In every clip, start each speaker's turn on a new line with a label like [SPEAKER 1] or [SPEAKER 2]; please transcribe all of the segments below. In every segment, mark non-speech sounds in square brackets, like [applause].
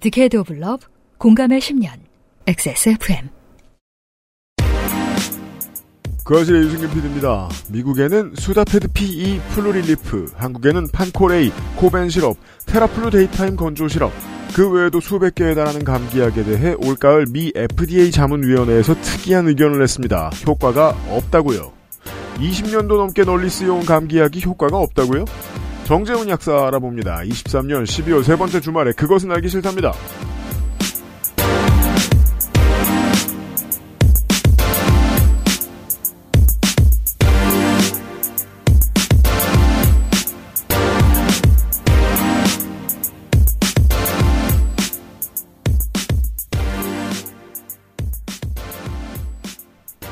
[SPEAKER 1] 디케이드 오브 러브 공감의 10년 XSFM
[SPEAKER 2] 그아실의 유승균 PD입니다. 미국에는 수다패드 PE 플루릴리프, 한국에는 판코레이, 코벤 시럽, 테라플루 데이타임 건조 시럽, 그 외에도 수백 개에 달하는 감기약에 대해 올가을 미 FDA 자문위원회에서 특이한 의견을 냈습니다. 효과가 없다고요. 20년도 넘게 널리 쓰여온 감기약이 효과가 없다고요? 정재훈 약사 알아봅니다. 23년 12월 세 번째 주말에 그것은 알기 싫답니다.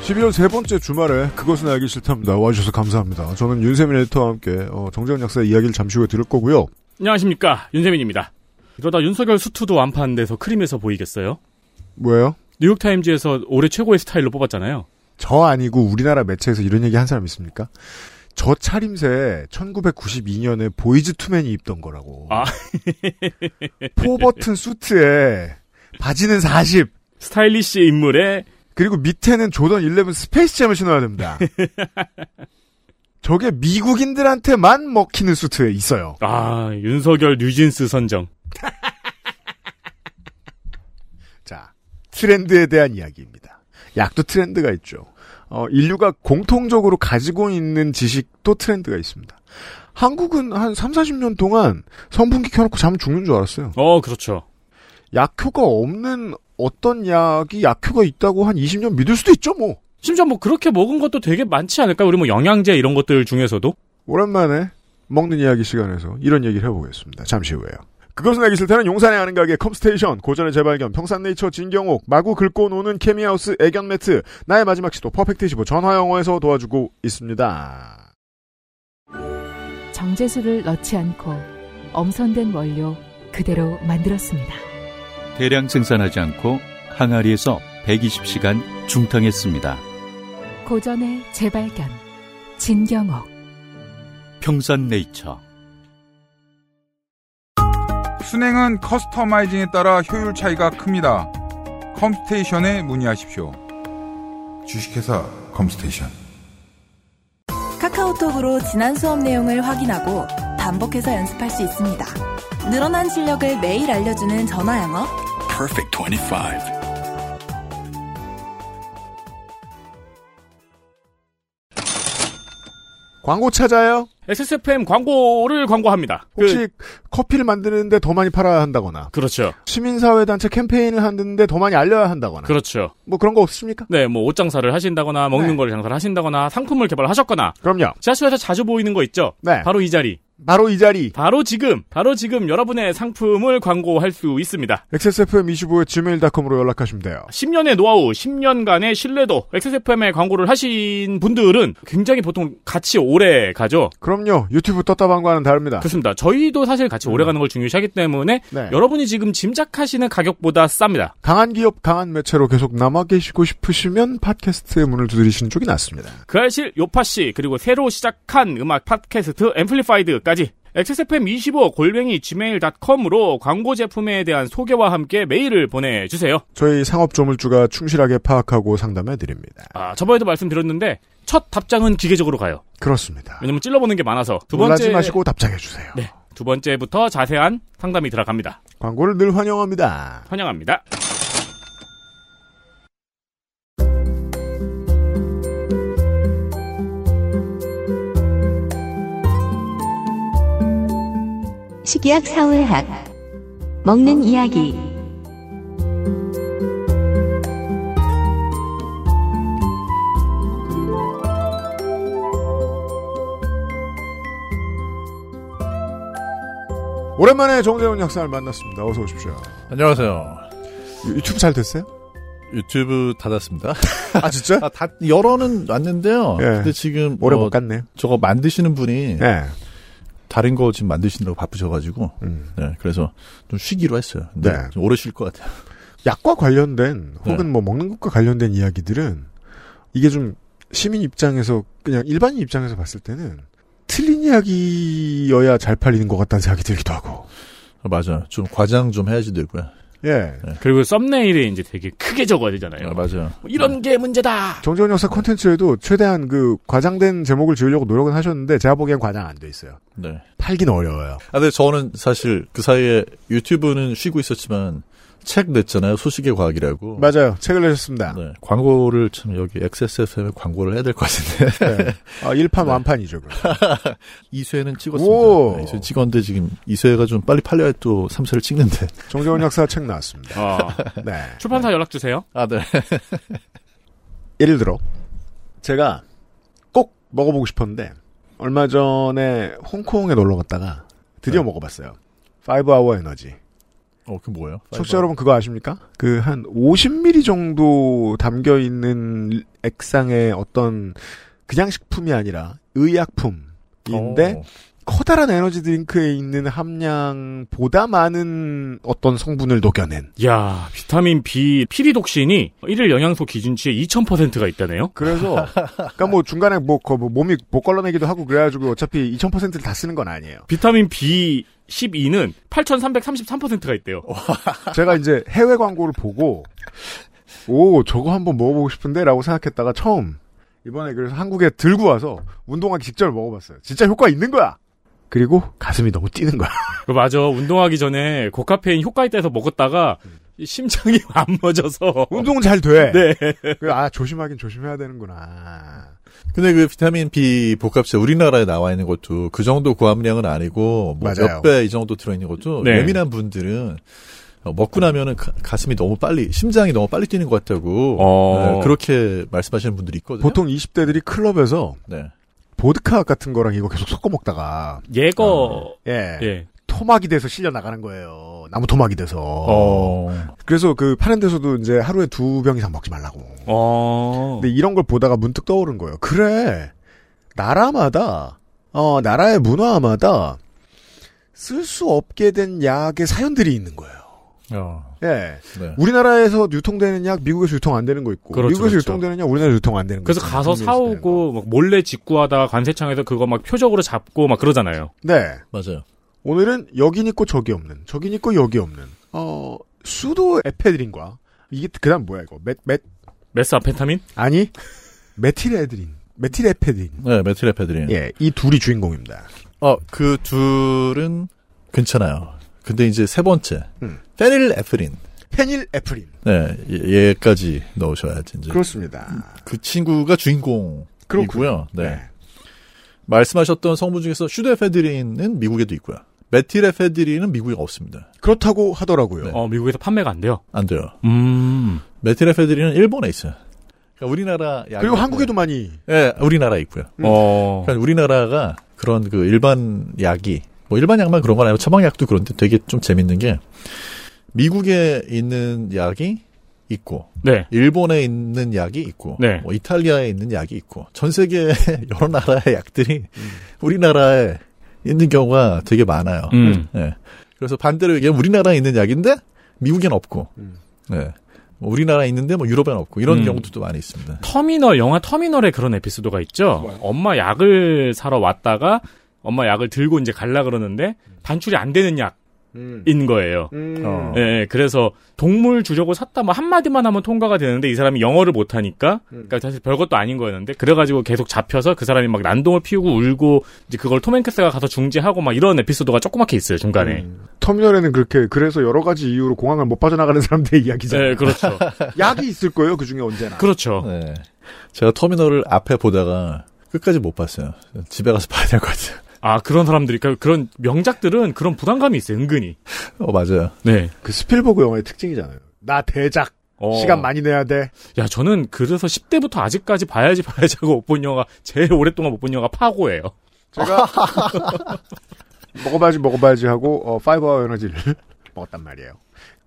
[SPEAKER 2] 십이 월세 번째 주말에 그것은 알기 싫답니다. 와주셔서 감사합니다. 저는 윤세민 에디터와 함께 어, 정재훈 약사의 이야기를 잠시 후에 들을 거고요.
[SPEAKER 3] 안녕하십니까 윤세민입니다. 이러다 윤석열 수투도 안판 데서 크림에서 보이겠어요?
[SPEAKER 2] 뭐예요?
[SPEAKER 3] 뉴욕타임즈에서 올해 최고의 스타일로 뽑았잖아요.
[SPEAKER 2] 저 아니고 우리나라 매체에서 이런 얘기 한 사람 있습니까? 저 차림새 1992년에 보이즈 투맨이 입던 거라고.
[SPEAKER 3] 아.
[SPEAKER 2] [laughs] 포버튼 수트에 바지는 40
[SPEAKER 3] 스타일리시 인물의
[SPEAKER 2] 그리고 밑에는 조던 11 스페이스잼을 신어야 됩니다. 저게 미국인들한테만 먹히는 수트에 있어요.
[SPEAKER 3] 아 윤석열 뉴진스 선정.
[SPEAKER 2] 자, 트렌드에 대한 이야기입니다. 약도 트렌드가 있죠. 어, 인류가 공통적으로 가지고 있는 지식도 트렌드가 있습니다. 한국은 한 3, 40년 동안 선풍기 켜놓고 자면 죽는 줄 알았어요.
[SPEAKER 3] 어 그렇죠.
[SPEAKER 2] 약효가 없는 어떤 약이 약효가 있다고 한 20년 믿을 수도 있죠, 뭐.
[SPEAKER 3] 심지어 뭐 그렇게 먹은 것도 되게 많지 않을까? 우리 뭐 영양제 이런 것들 중에서도
[SPEAKER 2] 오랜만에 먹는 이야기 시간에서 이런 얘기를 해보겠습니다. 잠시 후에요. 그것은 알기 싫다는 용산의 아는 가게 컴스테이션, 고전의 재발견, 평산네이처 진경옥, 마구 긁고 노는 케미하우스 애견 매트, 나의 마지막 시도 퍼펙트15 전화영어에서 도와주고 있습니다.
[SPEAKER 1] 정제수를 넣지 않고 엄선된 원료 그대로 만들었습니다.
[SPEAKER 4] 대량 생산하지 않고 항아리에서 120시간 중탕했습니다.
[SPEAKER 1] 고전의 재발견 진경옥
[SPEAKER 4] 평산네이처
[SPEAKER 5] 순행은 커스터마이징에 따라 효율 차이가 큽니다. 컴스테이션에 문의하십시오. 주식회사 컴스테이션.
[SPEAKER 6] 카카오톡으로 지난 수업 내용을 확인하고 반복해서 연습할 수 있습니다. 늘어난 실력을 매일 알려주는 전화 영어.
[SPEAKER 7] Perfect 25.
[SPEAKER 2] 광고 찾아요?
[SPEAKER 3] SSFM 광고를 광고합니다. 그-
[SPEAKER 2] 혹시 커피를 만드는데 더 많이 팔아야 한다거나,
[SPEAKER 3] 그렇죠.
[SPEAKER 2] 시민사회단체 캠페인을 하는데 더 많이 알려야 한다거나,
[SPEAKER 3] 그렇죠.
[SPEAKER 2] 뭐 그런 거 없습니까?
[SPEAKER 3] 네, 뭐 옷장사를 하신다거나 먹는
[SPEAKER 2] 네.
[SPEAKER 3] 걸 장사를 하신다거나 상품을 개발하셨거나
[SPEAKER 2] 그럼요.
[SPEAKER 3] 지하철에서 자주 보이는 거 있죠.
[SPEAKER 2] 네.
[SPEAKER 3] 바로 이 자리.
[SPEAKER 2] 바로 이 자리.
[SPEAKER 3] 바로 지금, 바로 지금 여러분의 상품을 광고할 수 있습니다.
[SPEAKER 2] XSFM25의 gmail.com으로 연락하시면 돼요.
[SPEAKER 3] 10년의 노하우, 10년간의 신뢰도, XSFM에 광고를 하신 분들은 굉장히 보통 같이 오래 가죠.
[SPEAKER 2] 그럼요. 유튜브 떴다방과는 다릅니다.
[SPEAKER 3] 그렇습니다. 저희도 사실 같이 오래 가는 걸 중요시하기 때문에
[SPEAKER 2] 아. 음. 네.
[SPEAKER 3] 여러분이 지금 짐작하시는 가격보다 쌉니다.
[SPEAKER 2] 강한 기업, 강한 매체로 계속 남아 계시고 싶으시면 팟캐스트의 문을 두드리시는 쪽이 낫습니다.
[SPEAKER 3] 그 알실 요파씨, 그리고 새로 시작한 음악 팟캐스트 앰플리파이드까지 XSFM25 골뱅이 gmail.com으로 광고 제품에 대한 소개와 함께 메일을 보내주세요.
[SPEAKER 2] 저희 상업 조물주가 충실하게 파악하고 상담해 드립니다.
[SPEAKER 3] 아, 저번에도 말씀드렸는데 첫 답장은 기계적으로 가요.
[SPEAKER 2] 그렇습니다.
[SPEAKER 3] 왜냐면 찔러보는 게 많아서 두
[SPEAKER 2] 놀라지
[SPEAKER 3] 번째
[SPEAKER 2] 마시고 답장해 주세요.
[SPEAKER 3] 네. 두 번째부터 자세한 상담이 들어갑니다.
[SPEAKER 2] 광고를 늘 환영합니다.
[SPEAKER 3] 환영합니다.
[SPEAKER 8] 식약 사회학 먹는 이야기
[SPEAKER 2] 오랜만에 정재훈 약사를 만났습니다. 어서 오십시오.
[SPEAKER 9] 안녕하세요.
[SPEAKER 2] 유- 유튜브 잘 됐어요?
[SPEAKER 9] 유튜브 닫았습니다.
[SPEAKER 2] 아
[SPEAKER 3] [laughs]
[SPEAKER 2] 진짜?
[SPEAKER 9] [laughs] 아, 닫, 열어는 왔는데요.
[SPEAKER 2] 예.
[SPEAKER 9] 근데 지금
[SPEAKER 2] 오래
[SPEAKER 3] 어,
[SPEAKER 9] 뭐
[SPEAKER 2] 못 갔네요.
[SPEAKER 9] 저거 만드시는 분이
[SPEAKER 2] 네.
[SPEAKER 9] 다른 거 지금 만드시느라고 바쁘셔가지고,
[SPEAKER 2] 음.
[SPEAKER 9] 네, 그래서 좀 쉬기로 했어요. 근데
[SPEAKER 2] 네.
[SPEAKER 9] 좀 오래 쉴 것 같아요.
[SPEAKER 2] 약과 관련된 혹은
[SPEAKER 9] 네.
[SPEAKER 2] 뭐 먹는 것과 관련된 이야기들은 이게 좀 시민 입장에서 그냥 일반인 입장에서 봤을 때는 틀린 이야기여야 잘 팔리는 것 같다는 생각이 들기도 하고
[SPEAKER 9] 맞아요. 좀 과장 좀 해야지 되고요.
[SPEAKER 2] 예.
[SPEAKER 3] 그리고 썸네일에 이제 되게 크게 적어야 되잖아요.
[SPEAKER 9] 아, 맞아요.
[SPEAKER 3] 뭐 이런 게 문제다.
[SPEAKER 2] 정재훈 역사 콘텐츠에도 최대한 그 과장된 제목을 지으려고 노력은 하셨는데 제가 보기엔 과장 안 돼 있어요.
[SPEAKER 9] 네.
[SPEAKER 2] 팔긴 어려워요.
[SPEAKER 9] 아, 근데 저는 사실 그 사이에 유튜브는 쉬고 있었지만 책 냈잖아요. 소식의 과학이라고.
[SPEAKER 2] 맞아요. 책을 내셨습니다.
[SPEAKER 9] 어. 네. 광고를 참 여기 XSFM에 광고를 해야 될 것 같은데.
[SPEAKER 2] 네. 아, 1판 완판이죠. 그럼.
[SPEAKER 9] 이쇄는
[SPEAKER 2] 오.
[SPEAKER 9] 찍었습니다. 네, 이쇄 찍었는데 지금 이쇄가 좀 빨리 팔려야 또 3세를 찍는데.
[SPEAKER 2] 정재훈 역사 책 나왔습니다.
[SPEAKER 3] 아,
[SPEAKER 2] 네.
[SPEAKER 3] 출판사 연락 주세요.
[SPEAKER 9] 아, 네.
[SPEAKER 2] 예를 들어 제가 꼭 먹어보고 싶었는데 얼마 전에 홍콩에 놀러 갔다가 드디어 먹어봤어요. 5아워 에너지.
[SPEAKER 9] 어, 그 뭐예요?
[SPEAKER 2] 청취자 여러분 그거 아십니까? 그 한 50ml 정도 담겨 있는 액상의 어떤 그냥 식품이 아니라 의약품인데
[SPEAKER 9] 어,
[SPEAKER 2] 커다란 에너지 드링크에 있는 함량보다 많은 어떤 성분을 녹여낸.
[SPEAKER 3] 야 비타민 B 피리독신이 일일 영양소 기준치의 2000%가 있다네요.
[SPEAKER 2] 그래서 [laughs] 그러니까 뭐 중간에 뭐, 거- 뭐 몸이 못 걸러내기도 하고 그래가지고 어차피 2000%를 다 쓰는 건 아니에요.
[SPEAKER 3] 비타민 B 12는 8,333%가 있대요.
[SPEAKER 2] 제가 이제 해외 광고를 보고 오 저거 한번 먹어보고 싶은데라고 생각했다가 처음 이번에 그래서 한국에 들고 와서 운동하기 직전에 먹어봤어요. 진짜 효과 있는 거야. 그리고 가슴이 너무 뛰는 거야.
[SPEAKER 3] 그거 맞아. 운동하기 전에 고카페인 효과에 따라서 먹었다가 심장이 [laughs] 안 멎어서.
[SPEAKER 2] [laughs] 운동은 잘 돼.
[SPEAKER 3] 네.
[SPEAKER 2] 그래서 아 조심하긴 조심해야 되는구나.
[SPEAKER 9] 근데 그 비타민 B 복합제 우리나라에 나와 있는 것도 그 정도 고함량은 아니고 뭐 몇
[SPEAKER 2] 맞아요.
[SPEAKER 9] 배 이 정도 들어있는 것도
[SPEAKER 3] 네.
[SPEAKER 9] 예민한 분들은 어, 먹고 나면은 가, 가슴이 너무 빨리 심장이 너무 빨리 뛰는 것 같다고
[SPEAKER 3] 어.
[SPEAKER 9] 네, 그렇게 말씀하시는 분들이 있거든요.
[SPEAKER 2] 보통 20대들이 클럽에서
[SPEAKER 9] 네.
[SPEAKER 2] 보드카 같은 거랑 이거 계속 섞어 먹다가
[SPEAKER 3] 예거.
[SPEAKER 2] 예,
[SPEAKER 3] 예.
[SPEAKER 2] 토막이 돼서 실려 나가는 거예요. 나무 토막이 돼서.
[SPEAKER 9] 어.
[SPEAKER 2] 그래서 그 파는 데서도 이제 하루에 두 병 이상 먹지 말라고.
[SPEAKER 3] 어.
[SPEAKER 2] 근데 이런 걸 보다가 문득 떠오른 거예요. 그래. 나라마다, 어, 나라의 문화마다 쓸 수 없게 된 약의 사연들이 있는 거예요.
[SPEAKER 9] 어.
[SPEAKER 2] 예.
[SPEAKER 9] 네.
[SPEAKER 2] 우리나라에서 유통되는 약, 미국에서 유통 안 되는 거 있고,
[SPEAKER 3] 그렇죠,
[SPEAKER 2] 미국에서
[SPEAKER 3] 그렇죠.
[SPEAKER 2] 유통되는 약, 우리나라에서 유통 안 되는 거
[SPEAKER 3] 그래서
[SPEAKER 2] 있고,
[SPEAKER 3] 가서
[SPEAKER 2] 중국에서 되는 거.
[SPEAKER 3] 사오고 막 몰래 직구하다가 관세청에서 그거 막 표적으로 잡고 막 그러잖아요.
[SPEAKER 2] 네.
[SPEAKER 9] 맞아요.
[SPEAKER 2] 오늘은 여긴 있고 저기 없는, 저긴 있고 여기 없는, 어, 수도 에페드린과, 이게 그 다음 뭐야, 이거. 메, 메,
[SPEAKER 3] 메스아펜타민?
[SPEAKER 2] 아니, 메틸에드린. 메틸에페드린.
[SPEAKER 9] 네, 메틸에페드린.
[SPEAKER 2] 예, 이 둘이 주인공입니다.
[SPEAKER 9] 어, 그 둘은 괜찮아요. 근데 이제 세 번째.
[SPEAKER 2] 음.
[SPEAKER 9] 페닐에프린.
[SPEAKER 2] 페닐에프린.
[SPEAKER 9] 네, 얘- 얘까지 넣으셔야지 이제. 그
[SPEAKER 2] 그렇습니다.
[SPEAKER 9] 친구가 주인공이고요. 네. 말씀하셨던 성분 중에서 슈드에페드린은 미국에도 있고요. 메틸에페드린은 미국에 없습니다.
[SPEAKER 2] 그렇다고 하더라고요.
[SPEAKER 9] 네.
[SPEAKER 3] 어, 미국에서 판매가 안 돼요.
[SPEAKER 9] 안 돼요.
[SPEAKER 3] 음.
[SPEAKER 9] 메틸에페드린은 일본에 있어요. 그러니까 우리나라 약
[SPEAKER 2] 그리고 한국에도 많이
[SPEAKER 9] 예, 우리나라에 있고요.
[SPEAKER 3] 어.
[SPEAKER 9] 그러니까 우리나라가 그런 그 일반 약이 뭐 일반 약만 그런 건 아니고 처방약도 그런데 되게 좀 재밌는 게 미국에 있는 약이 있고
[SPEAKER 3] 네.
[SPEAKER 9] 일본에 있는 약이 있고
[SPEAKER 3] 네.
[SPEAKER 9] 뭐 이탈리아에 있는 약이 있고 전 세계 [laughs] 여러 나라의 약들이
[SPEAKER 3] 음.
[SPEAKER 9] 우리나라에 있는 경우가 되게 많아요.
[SPEAKER 3] 음.
[SPEAKER 9] 예. 그래서 반대로 얘기하면 우리나라에 있는 약인데 미국엔 없고
[SPEAKER 2] 음.
[SPEAKER 9] 예. 뭐 우리나라에 있는데 뭐 유럽엔 없고 이런
[SPEAKER 3] 음.
[SPEAKER 9] 경우도 또 많이 있습니다.
[SPEAKER 3] 터미널 영화 터미널에 그런 에피소드가 있죠. 엄마 약을 사러 왔다가 엄마 약을 들고 이제 갈라 그러는데 반출이 안 되는 약인
[SPEAKER 2] 음.
[SPEAKER 3] 거예요.
[SPEAKER 9] 음. 어.
[SPEAKER 3] 예, 예, 그래서 동물 주려고 샀다 뭐 한마디만 하면 통과가 되는데 이 사람이 영어를 못 하니까 그러니까 사실 별것도 아닌 거였는데 그래 가지고 계속 잡혀서 그 사람이 막 난동을 피우고 울고 이제 그걸 톰 행크스가 가서 중재하고 막 이런 에피소드가 조그맣게 있어요, 중간에.
[SPEAKER 2] 터미널에는 그렇게 그래서 여러 가지 이유로 공항을 못 빠져나가는 사람들의 [laughs] 이야기잖아요.
[SPEAKER 3] 예, 그렇죠.
[SPEAKER 2] 약이 있을 거예요. 그 중에 언제나.
[SPEAKER 3] [laughs] 그렇죠.
[SPEAKER 9] 네. 제가 터미널을 앞에 보다가 끝까지 못 봤어요. 집에 가서 봐야 될 것 같아요. [laughs]
[SPEAKER 3] 아, 그런 사람들이 그러니까 그런 명작들은 그런 부담감이 있어요, 은근히.
[SPEAKER 9] 어, 맞아요.
[SPEAKER 3] 네.
[SPEAKER 2] 그 스필버그 영화의 특징이잖아요. 나 대작
[SPEAKER 3] 어.
[SPEAKER 2] 시간 많이 내야 돼.
[SPEAKER 3] 야, 저는 그래서 10대부터 아직까지 봐야지 봐야지 하고 못 본 영화, 제일 오랫동안 못 본 영화 파고예요.
[SPEAKER 2] 제가 먹어봐야지 먹어봐야지 하고 어, 5아워 에너지를 [laughs] 먹었단 말이에요.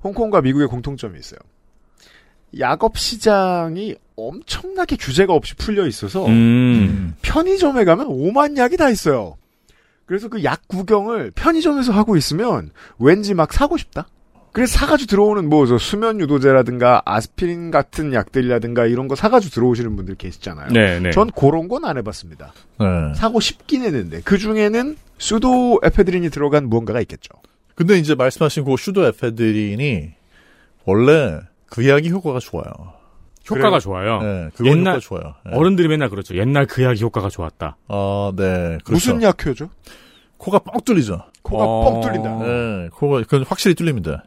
[SPEAKER 2] 홍콩과 미국의 공통점이 있어요. 약업 시장이 엄청나게 규제가 없이 풀려 있어서
[SPEAKER 3] 음.
[SPEAKER 2] 편의점에 가면 오만 약이 다 있어요. 그래서 그 약 구경을 편의점에서 하고 있으면 왠지 막 사고 싶다. 그래서 사가지고 들어오는 뭐 저 수면 유도제라든가 아스피린 같은 약들이라든가 이런 거 사가지고 들어오시는 분들 계시잖아요.
[SPEAKER 3] 네, 네.
[SPEAKER 2] 전 그런 건 안 해봤습니다.
[SPEAKER 9] 네.
[SPEAKER 2] 사고 싶긴 했는데 그 중에는 수도 에페드린이 들어간 무언가가 있겠죠.
[SPEAKER 9] 근데 이제 말씀하신 그 슈도 에페드린이 원래 그 약이 효과가 좋아요.
[SPEAKER 3] 효과가 좋아요.
[SPEAKER 9] 네, 그건
[SPEAKER 3] 옛날-
[SPEAKER 9] 효과 좋아요. 네.
[SPEAKER 3] 어른들이 맨날 그렇죠. 옛날 그 약이 효과가 좋았다.
[SPEAKER 9] 아, 네. 그렇죠.
[SPEAKER 2] 무슨 약효죠?
[SPEAKER 9] 코가 뻥 뚫리죠.
[SPEAKER 2] 코가
[SPEAKER 3] 어.
[SPEAKER 2] 뻥 뚫린다.
[SPEAKER 9] 네, 코가 그건 확실히 뚫립니다.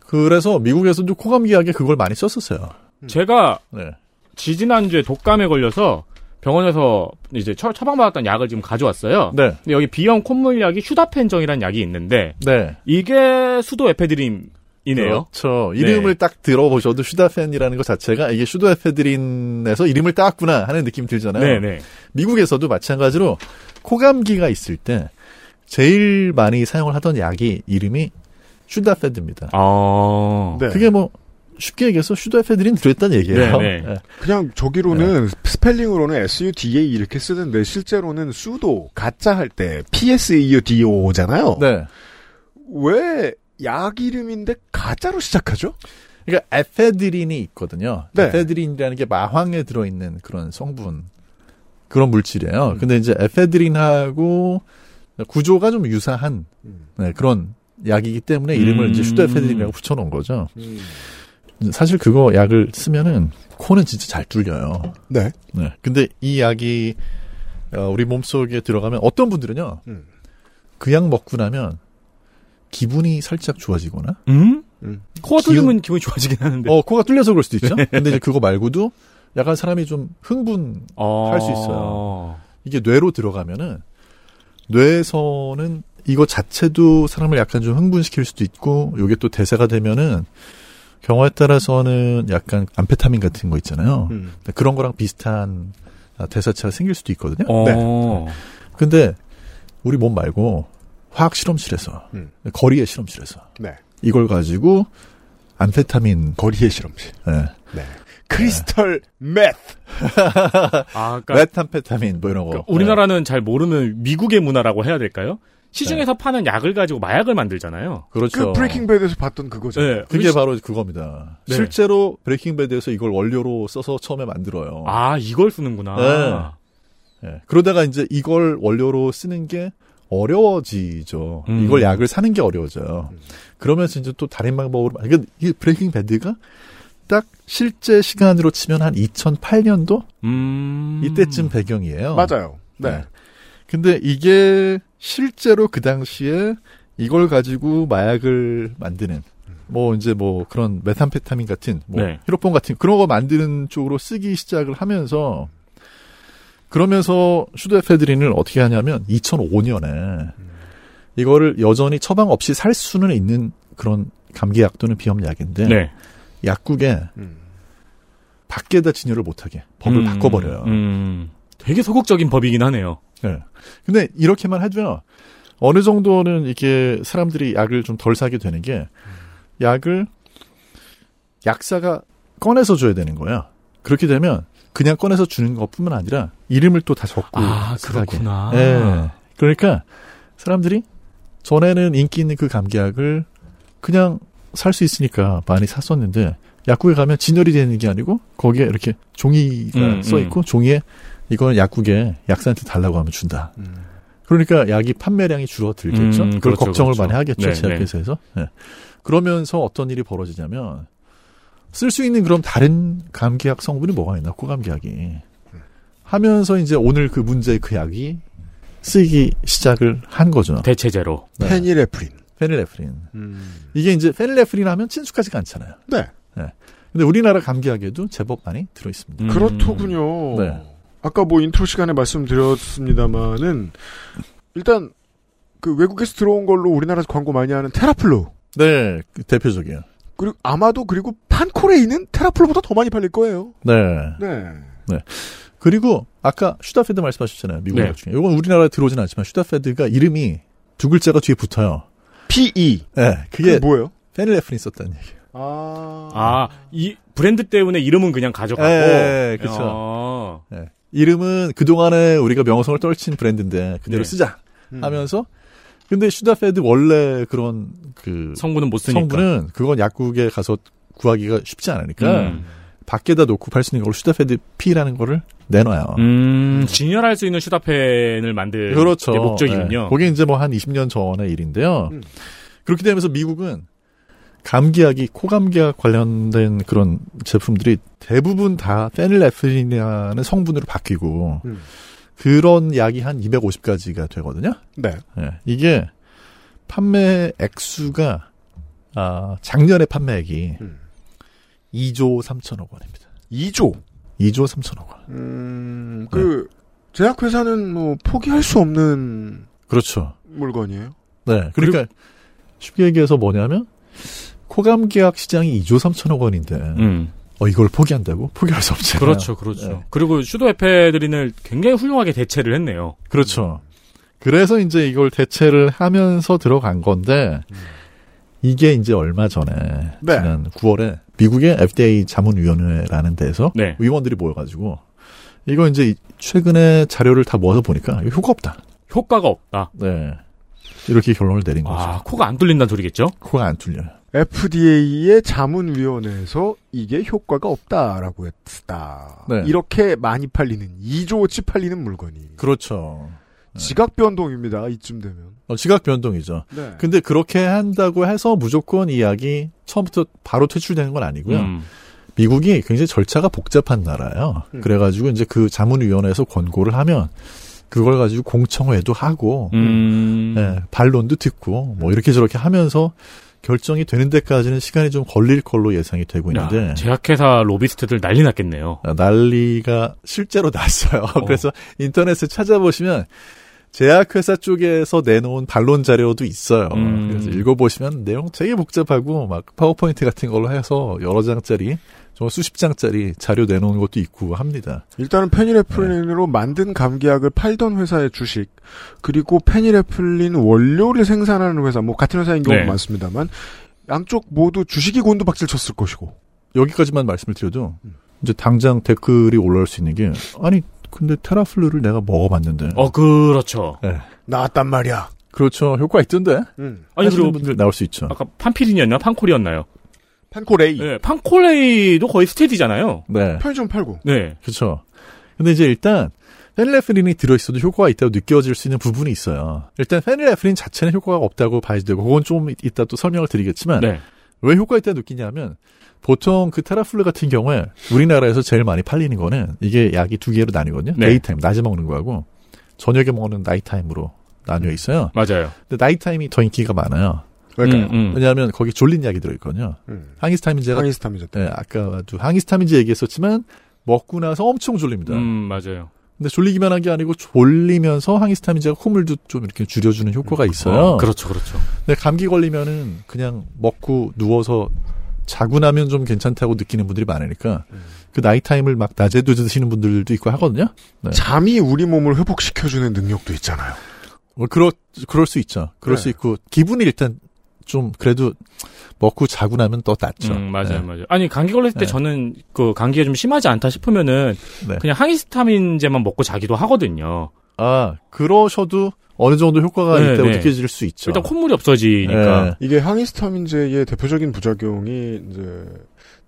[SPEAKER 9] 그래서 미국에서도 코감기약에 그걸 많이 썼었어요.
[SPEAKER 3] 제가
[SPEAKER 9] 네.
[SPEAKER 3] 지지난주에 독감에 걸려서 병원에서 이제 처, 처방받았던 약을 지금 가져왔어요.
[SPEAKER 9] 네.
[SPEAKER 3] 근데 여기 비형 콧물약이 휴다펜정이라는 약이 있는데
[SPEAKER 9] 네.
[SPEAKER 3] 이게 수도 에페드림이네요.
[SPEAKER 9] 그렇죠. 이름을 딱 들어보셔도 슈다펜이라는 것 자체가 이게 슈도에페드린에서 이름을 따왔구나 하는 느낌 들잖아요.
[SPEAKER 3] 네, 네.
[SPEAKER 9] 미국에서도 마찬가지로 코감기가 있을 때 제일 많이 사용을 하던 약이 이름이 슈다페드입니다.
[SPEAKER 3] 아.
[SPEAKER 2] 네.
[SPEAKER 9] 그게 뭐 쉽게 얘기해서 슈다페드린 들어있다는 얘기예요.
[SPEAKER 3] 네, 네.
[SPEAKER 9] 예.
[SPEAKER 2] 그냥 저기로는 스펠링으로는 SUDA 이렇게 쓰는데 실제로는 수도 가짜 할 때 E PSEUDO잖아요.
[SPEAKER 9] 네.
[SPEAKER 2] 왜 약 이름인데 가짜로 시작하죠?
[SPEAKER 9] 그러니까 에페드린이 있거든요.
[SPEAKER 2] 네.
[SPEAKER 9] 에페드린이라는 게 마황에 들어있는 그런 성분 그런 물질이에요.
[SPEAKER 2] 음.
[SPEAKER 9] 근데 이제 에페드린하고 구조가 좀 유사한
[SPEAKER 2] 음.
[SPEAKER 9] 네, 그런 약이기 때문에 이름을
[SPEAKER 3] 음.
[SPEAKER 9] 이제 슈도에페드린이라고 붙여놓은 거죠. 사실 그거 약을 쓰면은 코는 진짜 잘 뚫려요.
[SPEAKER 2] 네.
[SPEAKER 9] 네. 근데 이 약이 어, 우리 몸속에 들어가면 어떤 분들은요.
[SPEAKER 2] 음.
[SPEAKER 9] 그 약 먹고 나면 기분이 살짝 좋아지거나
[SPEAKER 3] 음?
[SPEAKER 2] 음.
[SPEAKER 3] 코가 뚫리면 기분이 좋아지긴 하는데.
[SPEAKER 9] 어, 코가 뚫려서 그럴 수도 있죠.
[SPEAKER 3] 네.
[SPEAKER 9] 근데 이제 그거 말고도 약간 사람이 좀 흥분
[SPEAKER 3] 아.
[SPEAKER 9] 할수 있어요. 이게 뇌로 들어가면은 뇌에서는 이거 자체도 사람을 약간 좀 흥분시킬 수도 있고 요게 또 대세가 되면은 경우에 따라서는 약간 암페타민 같은 거 있잖아요.
[SPEAKER 3] 음.
[SPEAKER 9] 그런 거랑 비슷한 아, 대사체가 생길 수도 있거든요. 네.
[SPEAKER 3] 어.
[SPEAKER 9] 근데 우리 몸 말고 화학 실험실에서
[SPEAKER 2] 음.
[SPEAKER 9] 거리의 실험실에서
[SPEAKER 2] 네.
[SPEAKER 9] 이걸 가지고 암페타민
[SPEAKER 2] 거리의 실험실.
[SPEAKER 9] 예,
[SPEAKER 2] 크리스털
[SPEAKER 9] 네.
[SPEAKER 2] 메스.
[SPEAKER 3] 아, 그러니까,
[SPEAKER 9] 메탄페타민 뭐 이런 거.
[SPEAKER 3] 그러니까 우리나라는 잘 모르는 미국의 문화라고 해야 될까요? 시중에서 파는 약을 가지고 마약을 만들잖아요.
[SPEAKER 9] 네. 그렇죠.
[SPEAKER 2] 그 브레이킹 배드에서 봤던 그거죠.
[SPEAKER 3] 네.
[SPEAKER 9] 그게 바로 그겁니다.
[SPEAKER 3] 네.
[SPEAKER 9] 실제로 브레이킹 배드에서 이걸 원료로 써서 처음에 만들어요.
[SPEAKER 3] 아, 이걸 쓰는구나.
[SPEAKER 9] 예. 그러다가 이제 이걸 원료로 쓰는 게 어려워지죠.
[SPEAKER 3] 음.
[SPEAKER 9] 이걸 약을 사는 게 어려워져요. 그러면서 이제 또 다른 방법으로 그러니까 이 브레이킹 배드가 딱 실제 시간으로 치면 한 2008년도
[SPEAKER 3] 음.
[SPEAKER 9] 이때쯤 배경이에요.
[SPEAKER 2] 맞아요. 네.
[SPEAKER 9] 네. 근데 이게 실제로 그 당시에 이걸 가지고 마약을 만드는 뭐 이제 뭐 그런 메탄페타민 같은 뭐
[SPEAKER 3] 네.
[SPEAKER 9] 히로폰 같은 그런 거 만드는 쪽으로 쓰기 시작을 하면서 그러면서 슈도에페드린을 어떻게 하냐면 2005년에 이거를 여전히 처방 없이 살 수는 있는 그런 감기약 또는 비염약인데
[SPEAKER 3] 네.
[SPEAKER 9] 약국에
[SPEAKER 2] 음.
[SPEAKER 9] 밖에다 진열을 못하게 법을
[SPEAKER 3] 음,
[SPEAKER 9] 바꿔버려요.
[SPEAKER 3] 음. 되게 소극적인 법이긴 하네요.
[SPEAKER 9] 예. 근데 이렇게만 해도요. 어느 정도는 이게 사람들이 약을 좀 덜 사게 되는 게 약을 약사가 꺼내서 줘야 되는 거예요. 그렇게 되면 그냥 꺼내서 주는 것뿐만 아니라 이름을 또 다 적고
[SPEAKER 3] 아,
[SPEAKER 9] 쓰게.
[SPEAKER 3] 그렇구나.
[SPEAKER 9] 예. 그러니까 사람들이 전에는 인기 있는 그 감기약을 그냥 살 수 있으니까 많이 샀었는데 약국에 가면 진열이 되는 게 아니고 거기에 이렇게 종이가
[SPEAKER 3] 음,
[SPEAKER 9] 써 있고 종이에 이건 약국에 약사한테 달라고 하면 준다.
[SPEAKER 2] 음.
[SPEAKER 9] 그러니까 약이 판매량이 줄어들겠죠.
[SPEAKER 3] 음,
[SPEAKER 9] 그걸
[SPEAKER 3] 그렇죠,
[SPEAKER 9] 걱정을
[SPEAKER 3] 그렇죠.
[SPEAKER 9] 많이 하겠죠.
[SPEAKER 3] 네,
[SPEAKER 9] 제약회사에서. 예. 그러면서 어떤 일이 벌어지냐면 쓸 수 있는 그럼 다른 감기약 성분이 뭐가 있나? 코감기약이. 하면서 이제 오늘 그 문제의 그 약이 쓰기 시작을 한 거죠.
[SPEAKER 3] 대체제로.
[SPEAKER 9] 네. 음.
[SPEAKER 2] 페니레프린.
[SPEAKER 9] 페닐레프린. 이게 이제 페닐레프린 하면 친숙하지가 않잖아요.
[SPEAKER 2] 네.
[SPEAKER 9] 근데 우리나라 감기약에도 제법 많이 들어 있습니다.
[SPEAKER 3] 음.
[SPEAKER 2] 그렇더군요.
[SPEAKER 9] 네.
[SPEAKER 2] 아까 뭐 인트로 시간에 말씀드렸습니다마는 일단 그 외국에서 들어온 걸로 우리나라에서 광고 많이 하는 테라플루
[SPEAKER 9] 네, 그 대표적이에요.
[SPEAKER 2] 그리고 아마도 그리고 판코레이는 테라플루보다 더 많이 팔릴 거예요.
[SPEAKER 9] 네.
[SPEAKER 2] 네.
[SPEAKER 9] 그리고 아까 슈다페드 말씀하셨잖아요. 미국
[SPEAKER 3] 네.
[SPEAKER 9] 약 중에. 이건 우리나라에 들어오진 않지만 슈다페드가 이름이 두 글자가 뒤에 붙어요.
[SPEAKER 2] PE
[SPEAKER 9] 네,
[SPEAKER 2] E. 그게
[SPEAKER 9] 그게
[SPEAKER 2] 뭐예요?
[SPEAKER 9] 페닐레프린 썼다는 얘기예요.
[SPEAKER 2] 아,
[SPEAKER 3] 아, 이 브랜드 때문에 이름은 그냥 가져가고. 어.
[SPEAKER 9] 예, 그쵸. 네. 이름은 그동안에 우리가 명성을 떨친 브랜드인데 그대로
[SPEAKER 3] 네.
[SPEAKER 9] 쓰자
[SPEAKER 2] 음.
[SPEAKER 9] 하면서 근데 슈다페드 원래 그런 그
[SPEAKER 3] 성분은 못 쓰니까. 음.
[SPEAKER 9] 성분은 그건 약국에 가서 구하기가 쉽지 않으니까
[SPEAKER 3] 음.
[SPEAKER 9] 밖에다 놓고 팔 수 있는 걸 슈다페드 P라는 거를 내놔요.
[SPEAKER 3] 음, 진열할 수 있는 슈다펜을 만들
[SPEAKER 9] 그렇죠.
[SPEAKER 3] 게 예, 목적이군요.
[SPEAKER 9] 네. 그게 이제 뭐 한 20년 전의 일인데요.
[SPEAKER 2] 음.
[SPEAKER 9] 그렇게 되면서 미국은 감기약이 코감기약 관련된 그런 제품들이 대부분 다 페닐에프린이라는 성분으로 바뀌고
[SPEAKER 2] 음.
[SPEAKER 9] 그런 약이 한 250가지가 되거든요.
[SPEAKER 2] 네.
[SPEAKER 9] 예, 이게 판매 액수가 아, 작년에 판매액이
[SPEAKER 2] 음.
[SPEAKER 9] 2조 3천억 원입니다.
[SPEAKER 2] 2조.
[SPEAKER 9] 2조 3천억 원.
[SPEAKER 2] 음, 그 제약회사는 뭐 포기할 수 없는
[SPEAKER 9] 그렇죠.
[SPEAKER 2] 물건이에요.
[SPEAKER 9] 네. 그러니까 쉽게 얘기해서 뭐냐면 코감기약 시장이 2조 3천억 원인데
[SPEAKER 3] 음.
[SPEAKER 9] 어 이걸 포기한다고? 포기할 수 없잖아요.
[SPEAKER 3] 그렇죠, 그렇죠.
[SPEAKER 9] 네.
[SPEAKER 3] 그리고 슈도 에페드린을 굉장히 훌륭하게 대체를 했네요.
[SPEAKER 9] 그렇죠. 그래서 이제 이걸 대체를 하면서 들어간 건데 이게 이제 얼마 전에
[SPEAKER 2] 네.
[SPEAKER 9] 지난 9월에 미국의 FDA 자문위원회라는 데서
[SPEAKER 3] 네.
[SPEAKER 9] 의원들이 모여가지고 이거 이제 이- 최근에 자료를 다 모아서 보니까 이거 효과 없다.
[SPEAKER 3] 효과가 없다.
[SPEAKER 9] 네. 이렇게 결론을 내린 거죠.
[SPEAKER 3] 아, 코가 안 뚫린다는 소리겠죠?
[SPEAKER 9] 코가 안 뚫려요.
[SPEAKER 2] FDA의 자문위원회에서 이게 효과가 없다라고 했다.
[SPEAKER 9] 네.
[SPEAKER 2] 이렇게 많이 팔리는 2조치 팔리는 물건이
[SPEAKER 9] 그렇죠.
[SPEAKER 2] 지각 변동입니다. 이쯤 되면.
[SPEAKER 9] 어, 지각 변동이죠.
[SPEAKER 2] 네.
[SPEAKER 9] 근데 그렇게 한다고 해서 무조건 이 약이 처음부터 바로 퇴출되는 건 아니고요.
[SPEAKER 3] 음.
[SPEAKER 9] 미국이 굉장히 절차가 복잡한 나라예요.
[SPEAKER 2] 음.
[SPEAKER 9] 그래가지고 이제 그 자문위원회에서 권고를 하면 그걸 가지고 공청회도 하고
[SPEAKER 3] 음.
[SPEAKER 9] 예, 반론도 듣고 뭐 이렇게 저렇게 하면서 결정이 되는 데까지는 시간이 좀 걸릴 걸로 예상이 되고
[SPEAKER 3] 야,
[SPEAKER 9] 뭐 있는데
[SPEAKER 3] 제약회사 로비스트들 난리 났겠네요.
[SPEAKER 9] 아, 난리가 실제로 났어요. [laughs] 그래서 인터넷에 찾아보시면 제약회사 쪽에서 내놓은 반론 자료도 있어요.
[SPEAKER 3] 음.
[SPEAKER 9] 그래서 읽어보시면 내용 되게 복잡하고 막 파워포인트 같은 걸로 해서 여러 장짜리, 정말 수십 장짜리 자료 내놓은 것도 있고 합니다.
[SPEAKER 2] 일단은 페닐에플린으로 만든 감기약을 팔던 회사의 주식 그리고 페닐에플린 원료를 생산하는 회사 뭐 같은 회사인 경우도
[SPEAKER 3] 네.
[SPEAKER 2] 많습니다만 양쪽 모두 주식이 곤두박질 쳤을 것이고
[SPEAKER 9] 여기까지만 말씀을 드려도 이제 당장 댓글이 올라올 수 있는 게 아니 근데 테라플루를 내가 먹어봤는데
[SPEAKER 3] 어, 그렇죠.
[SPEAKER 2] 나왔단 말이야.
[SPEAKER 9] 그렇죠 효과 있던데
[SPEAKER 2] 음.
[SPEAKER 3] 아니,
[SPEAKER 9] 하시는
[SPEAKER 3] 그리고
[SPEAKER 9] 분들 나올 수 있죠.
[SPEAKER 3] 아까 판피린이었나? 판콜이었나요?
[SPEAKER 2] 판코레이
[SPEAKER 3] 네, 판콜레이도 거의 스테디잖아요.
[SPEAKER 9] 네
[SPEAKER 2] 편의점 팔고
[SPEAKER 3] 네.
[SPEAKER 9] 그렇죠. 근데 이제 일단 페닐레프린이 들어있어도 효과가 있다고 느껴질 수 있는 부분이 있어요. 일단 페닐레프린 자체는 효과가 없다고 봐야 되고 그건 좀 이따 또 설명을 드리겠지만
[SPEAKER 3] 네.
[SPEAKER 9] 왜 효과 있다고 느끼냐면 보통 그 테라플루 같은 경우에 우리나라에서 제일 많이 팔리는 거는 이게 약이 두 개로 나뉘거든요.
[SPEAKER 3] 네.
[SPEAKER 9] 데이타임 낮에 먹는 거하고 저녁에 먹는 나이타임으로 나뉘어 있어요.
[SPEAKER 3] 맞아요.
[SPEAKER 9] 근데 나이타임이 더 인기가 많아요.
[SPEAKER 2] 그러니까요.
[SPEAKER 3] 음, 아, 예. 음.
[SPEAKER 9] 왜냐하면 거기 졸린 약이 들어있거든요.
[SPEAKER 2] 음.
[SPEAKER 9] 항히스타민제가
[SPEAKER 2] 항히스타민제
[SPEAKER 9] 네, 아까도 항히스타민제 얘기했었지만 먹고 나서 엄청 졸립니다.
[SPEAKER 3] 음, 맞아요.
[SPEAKER 9] 근데 졸리기만 한 게 아니고 졸리면서 항히스타민제가 콧물도 좀 이렇게 줄여주는 효과가 있어요.
[SPEAKER 3] 어, 그렇죠, 그렇죠.
[SPEAKER 9] 근데 감기 걸리면은 그냥 먹고 누워서 자고 나면 좀 괜찮다고 느끼는 분들이 많으니까
[SPEAKER 3] 음.
[SPEAKER 9] 그 나이타임을 막 낮에도 드시는 분들도 있고 하거든요. 네.
[SPEAKER 2] 잠이 우리 몸을 회복시켜주는 능력도 있잖아요.
[SPEAKER 9] 뭐 그럴 그럴 수 있죠. 그럴
[SPEAKER 2] 네.
[SPEAKER 9] 수 있고 기분이 일단 좀 그래도 먹고 자고 나면 더 낫죠.
[SPEAKER 3] 음, 맞아요,
[SPEAKER 9] 네.
[SPEAKER 3] 맞아요. 아니, 감기 걸렸을 때
[SPEAKER 9] 네.
[SPEAKER 3] 저는 그 감기가 좀 심하지 않다 싶으면은
[SPEAKER 9] 네.
[SPEAKER 3] 그냥 항히스타민제만 먹고 자기도 하거든요.
[SPEAKER 9] 아 그러셔도 어느 정도 효과가
[SPEAKER 3] 네,
[SPEAKER 9] 있다고
[SPEAKER 3] 네.
[SPEAKER 9] 느껴질 수 있죠.
[SPEAKER 3] 일단 콧물이 없어지니까.
[SPEAKER 9] 네.
[SPEAKER 2] 이게 항히스타민제의 대표적인 부작용이 이제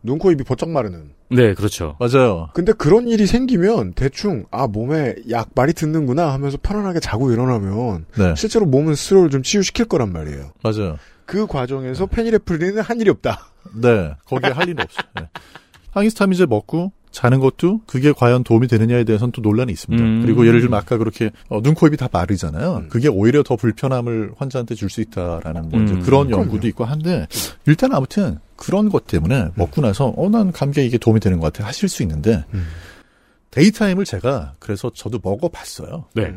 [SPEAKER 2] 눈, 코, 입이 번쩍 마르는.
[SPEAKER 3] 네, 그렇죠.
[SPEAKER 9] 맞아요.
[SPEAKER 2] 근데 그런 일이 생기면 대충 아 몸에 약 말이 듣는구나 하면서 편안하게 자고 일어나면
[SPEAKER 9] 네,
[SPEAKER 2] 실제로 몸은 스스로를 좀 치유시킬 거란 말이에요.
[SPEAKER 9] 맞아요.
[SPEAKER 2] 그 과정에서 페니레프린은 한 일이 없다.
[SPEAKER 9] 네, 거기에 할 일은 없어요. 네. 항히스타민제 먹고 자는 것도 그게 과연 도움이 되느냐에 대해서는 또 논란이 있습니다.
[SPEAKER 3] 음.
[SPEAKER 9] 그리고 예를 들면 아까 그렇게 어, 눈, 코, 입이 다 마르잖아요.
[SPEAKER 2] 음.
[SPEAKER 9] 그게 오히려 더 불편함을 환자한테 줄 수 있다라는 뭐 이제
[SPEAKER 3] 음,
[SPEAKER 9] 그런
[SPEAKER 2] 그럼요.
[SPEAKER 9] 연구도 있고 한데 일단 아무튼 그런 것 때문에 먹고 나서 어 난 감기에 이게 도움이 되는 것 같아 하실 수 있는데
[SPEAKER 2] 음.
[SPEAKER 9] 데이타임을 제가 그래서 저도 먹어봤어요.
[SPEAKER 3] 네.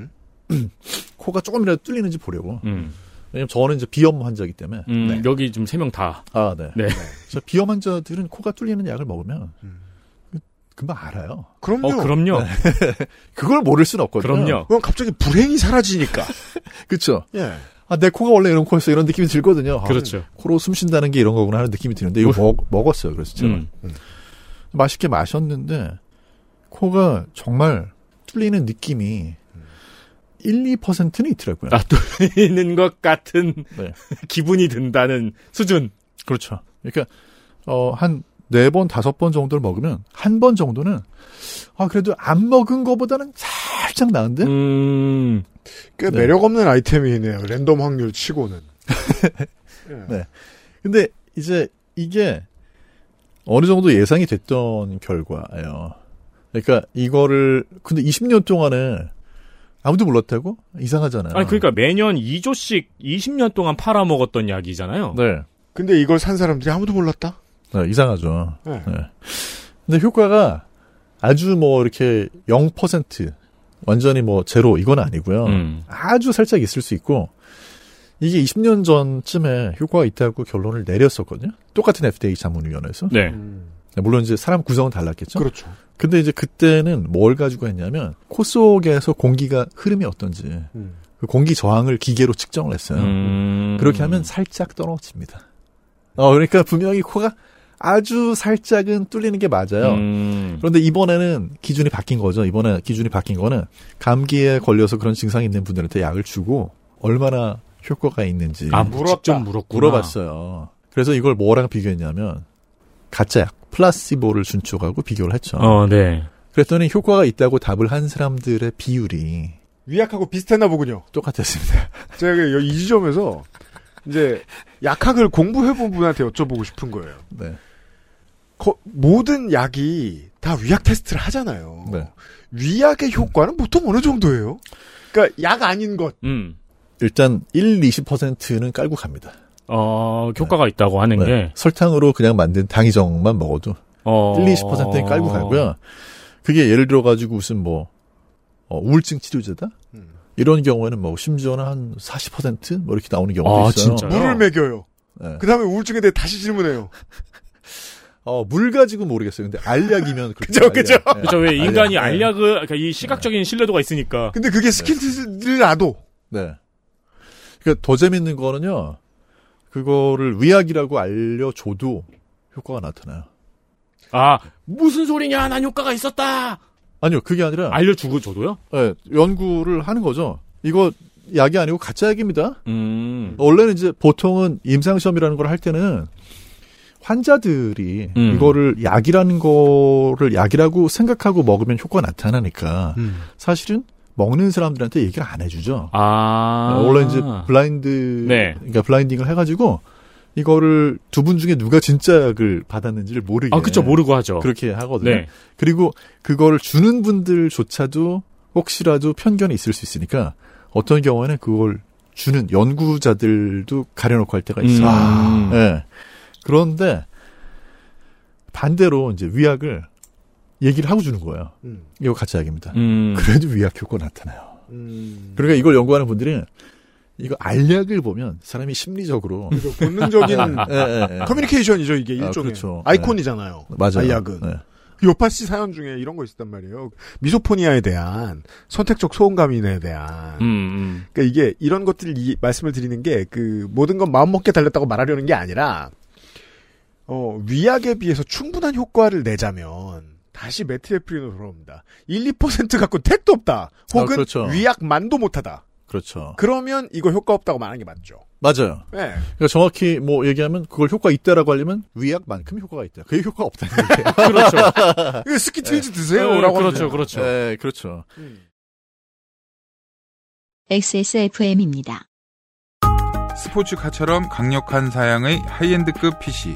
[SPEAKER 2] 음.
[SPEAKER 9] 코가 조금이라도 뚫리는지 보려고.
[SPEAKER 3] 음.
[SPEAKER 9] 왜냐면 저는 이제 비염 환자이기 때문에
[SPEAKER 3] 음,
[SPEAKER 9] 네.
[SPEAKER 3] 여기 지금 세 명 다.
[SPEAKER 9] 아, 네.
[SPEAKER 3] 네. 음.
[SPEAKER 9] 저 비염 환자들은 코가 뚫리는 약을 먹으면 그- 금방 알아요.
[SPEAKER 2] 그럼요.
[SPEAKER 3] 어, 그럼요.
[SPEAKER 9] 네. 그걸 모를 순 없거든요.
[SPEAKER 3] 그럼요.
[SPEAKER 2] 건 갑자기 불행이 사라지니까.
[SPEAKER 9] 그렇죠.
[SPEAKER 2] 예.
[SPEAKER 9] 아, 내 코가 원래 이런 코였어. 이런 느낌이 들거든요. 아,
[SPEAKER 3] 그렇죠. 뭐.
[SPEAKER 9] 코로 숨 쉰다는 게 이런 거구나 하는 느낌이 드는데 이거 먹, 먹었어요. 그래서 제가
[SPEAKER 3] 음.
[SPEAKER 9] 맛있게 마셨는데 코가 정말 뚫리는 느낌이 1, 2%는 있더라고요.
[SPEAKER 3] 아, 뚫리는 것 같은
[SPEAKER 9] 네.
[SPEAKER 3] [laughs] 기분이 든다는 수준.
[SPEAKER 9] 그렇죠. 그러니까 어, 한 네 번, 다섯 번 정도를 먹으면 한 번 정도는 아, 그래도 안 먹은 거보다는 살짝 나은데
[SPEAKER 3] 음.
[SPEAKER 2] 꽤
[SPEAKER 9] 네.
[SPEAKER 2] 매력 없는 아이템이네요. 랜덤 확률 치고는.
[SPEAKER 9] 네. 근데 이제 이게 어느 정도 예상이 됐던 결과예요. 그러니까 이거를 근데 20년 동안에 아무도 몰랐다고 이상하잖아요.
[SPEAKER 3] 아니 그러니까 매년 2조씩 20년 동안 팔아먹었던 약이잖아요.
[SPEAKER 9] 네.
[SPEAKER 2] 근데 이걸 산 사람들이 아무도 몰랐다?
[SPEAKER 9] 네, 이상하죠.
[SPEAKER 2] 네.
[SPEAKER 9] 네. 근데 효과가 아주 뭐 이렇게 0% 완전히 뭐 제로 이건 아니고요.
[SPEAKER 3] 음.
[SPEAKER 9] 아주 살짝 있을 수 있고 이게 20년 전쯤에 효과가 있다고 결론을 내렸었거든요. 똑같은 FDA 자문위원회에서.
[SPEAKER 3] 네.
[SPEAKER 9] 물론 이제 사람 구성은 달랐겠죠.
[SPEAKER 2] 그렇죠.
[SPEAKER 9] 근데 이제 그때는 뭘 가지고 했냐면 코 속에서 공기가 흐름이 어떤지
[SPEAKER 2] 음.
[SPEAKER 9] 그 공기 저항을 기계로 측정을 했어요.
[SPEAKER 3] 음.
[SPEAKER 9] 네. 그렇게 하면 살짝 떨어집니다. 어 그러니까 분명히 코가 아주 살짝은 뚫리는 게 맞아요.
[SPEAKER 3] 음.
[SPEAKER 9] 그런데 이번에는 기준이 바뀐 거죠. 이번에 기준이 바뀐 거는 감기에 걸려서 그런 증상이 있는 분들한테 약을 주고 얼마나 효과가 있는지
[SPEAKER 3] 아,
[SPEAKER 2] 물었다.
[SPEAKER 3] 직접 물었구나.
[SPEAKER 9] 예. 물어봤어요. 그래서 이걸 뭐랑 비교했냐면 가짜 약 플라시보를 준축하고 비교를 했죠.
[SPEAKER 3] 어, 네.
[SPEAKER 9] 그랬더니 효과가 있다고 답을 한 사람들의 비율이
[SPEAKER 2] 위약하고 비슷했나 보군요.
[SPEAKER 9] 똑같았습니다. [laughs]
[SPEAKER 2] 제가 그- 이 지점에서 이제 약학을 공부해본 분한테 여쭤보고 싶은 거예요.
[SPEAKER 9] 네.
[SPEAKER 2] 거- 모든 약이 다 위약 테스트를 하잖아요.
[SPEAKER 9] 네.
[SPEAKER 2] 위약의 효과는 보통 어느 정도예요? 그러니까 약 아닌 것.
[SPEAKER 3] 음.
[SPEAKER 9] 일단 1, 20%는 깔고 갑니다.
[SPEAKER 3] 어, 효과가 있다고 하는
[SPEAKER 9] 네.
[SPEAKER 3] 게
[SPEAKER 9] 설탕으로 그냥 만든 당이정만 먹어도
[SPEAKER 3] 어.
[SPEAKER 9] 1, 20%는 깔고 가고요. 그게 예를 들어 가지고 무슨 뭐 어, 우울증 치료제다?
[SPEAKER 2] 음.
[SPEAKER 9] 이런 경우에는 뭐 심지어는 한 40%뭐 이렇게 나오는 경우도
[SPEAKER 3] 아,
[SPEAKER 9] 있어요.
[SPEAKER 3] 진짜요?
[SPEAKER 2] 물을 먹여요.
[SPEAKER 9] 네.
[SPEAKER 2] 그 다음에 우울증에 대해 다시 질문해요.
[SPEAKER 9] 어, 물 가지고 모르겠어요. 근데
[SPEAKER 3] [laughs]
[SPEAKER 9] 알약이면 네.
[SPEAKER 2] 그죠, 그죠.
[SPEAKER 3] 그렇죠. 왜 인간이
[SPEAKER 9] 알약. 네.
[SPEAKER 3] 알약을 그러니까 이 시각적인 신뢰도가 있으니까.
[SPEAKER 2] 근데 그게 스킨트를 놔도
[SPEAKER 9] 네. 그러니까 더 재밌는 거는요. 그거를 위약이라고 알려줘도 효과가 나타나요.
[SPEAKER 3] 아, 무슨 소리냐? 난 효과가 있었다.
[SPEAKER 9] 아니요, 그게 아니라
[SPEAKER 3] 알려 주고 줘도요?
[SPEAKER 9] 예, 연구를 하는 거죠. 이거 약이 아니고 가짜 약입니다.
[SPEAKER 3] 음.
[SPEAKER 9] 원래는 이제 보통은 임상 시험이라는 걸 할 때는 환자들이
[SPEAKER 3] 음.
[SPEAKER 9] 이거를 약이라는 거를 약이라고 생각하고 먹으면 효과가 나타나니까
[SPEAKER 2] 음.
[SPEAKER 9] 사실은 먹는 사람들한테 얘기를 안 해주죠.
[SPEAKER 3] 아.
[SPEAKER 9] 네, 원래 이제 블라인드
[SPEAKER 3] 네.
[SPEAKER 9] 그러니까 블라인딩을 해가지고 이거를 두 분 중에 누가 진짜 약을 받았는지를 모르게
[SPEAKER 3] 아, 그쵸. 모르고 하죠.
[SPEAKER 9] 그렇게 하거든요.
[SPEAKER 3] 네.
[SPEAKER 9] 그리고 그거를 주는 분들조차도 혹시라도 편견이 있을 수 있으니까 어떤 경우에는 그걸 주는 연구자들도 가려놓고 할 때가 있어요.
[SPEAKER 3] 음.
[SPEAKER 9] 예. 그런데 반대로 이제 위약을 얘기를 하고 주는 거예요.
[SPEAKER 2] 음.
[SPEAKER 9] 이거 가짜 약입니다.
[SPEAKER 3] 음.
[SPEAKER 9] 그래도 위약 효과 나타나요.
[SPEAKER 2] 음.
[SPEAKER 9] 그러니까 이걸 연구하는 분들은 이거 알약을 보면 사람이 심리적으로
[SPEAKER 2] 그래서 본능적인
[SPEAKER 9] [laughs] 예, 예, 예.
[SPEAKER 2] 아, 커뮤니케이션이죠 이게
[SPEAKER 9] 아,
[SPEAKER 2] 일종의
[SPEAKER 9] 그렇죠.
[SPEAKER 2] 아이콘이잖아요.
[SPEAKER 9] 맞아요.
[SPEAKER 2] 알약은
[SPEAKER 9] 예.
[SPEAKER 2] 요파 씨 사연 중에 이런 거 있었단 말이에요. 미소포니아에 대한 선택적 소음감인에 대한
[SPEAKER 3] 음. 음.
[SPEAKER 2] 그러니까 이게 이런 것들을 이- 말씀을 드리는 게 그 모든 건 마음먹게 달렸다고 말하려는 게 아니라 어, 위약에 비해서 충분한 효과를 내자면 다시 메트레프린으로 돌아옵니다. 1, 2% 갖고 택도 없다. 혹은
[SPEAKER 9] 아, 그렇죠.
[SPEAKER 2] 위약만도 못하다.
[SPEAKER 9] 그렇죠.
[SPEAKER 2] 그러면 이거 효과 없다고 말하는 게 맞죠.
[SPEAKER 9] 맞아요.
[SPEAKER 2] 네.
[SPEAKER 9] 그러니까 정확히 뭐 얘기하면 그걸 효과 있다라고 하려면 위약만큼 효과가 있다. 그게 효과가 없다는 얘기예요.
[SPEAKER 2] [laughs]
[SPEAKER 3] 그렇죠.
[SPEAKER 2] 이거
[SPEAKER 9] 예.
[SPEAKER 2] 스키트리즈 드세요라고 예, 하면
[SPEAKER 3] 그렇죠. 그렇죠.
[SPEAKER 9] 네, 그렇죠.
[SPEAKER 8] XSFM입니다.
[SPEAKER 5] 스포츠카처럼 강력한 사양의 하이엔드급 PC.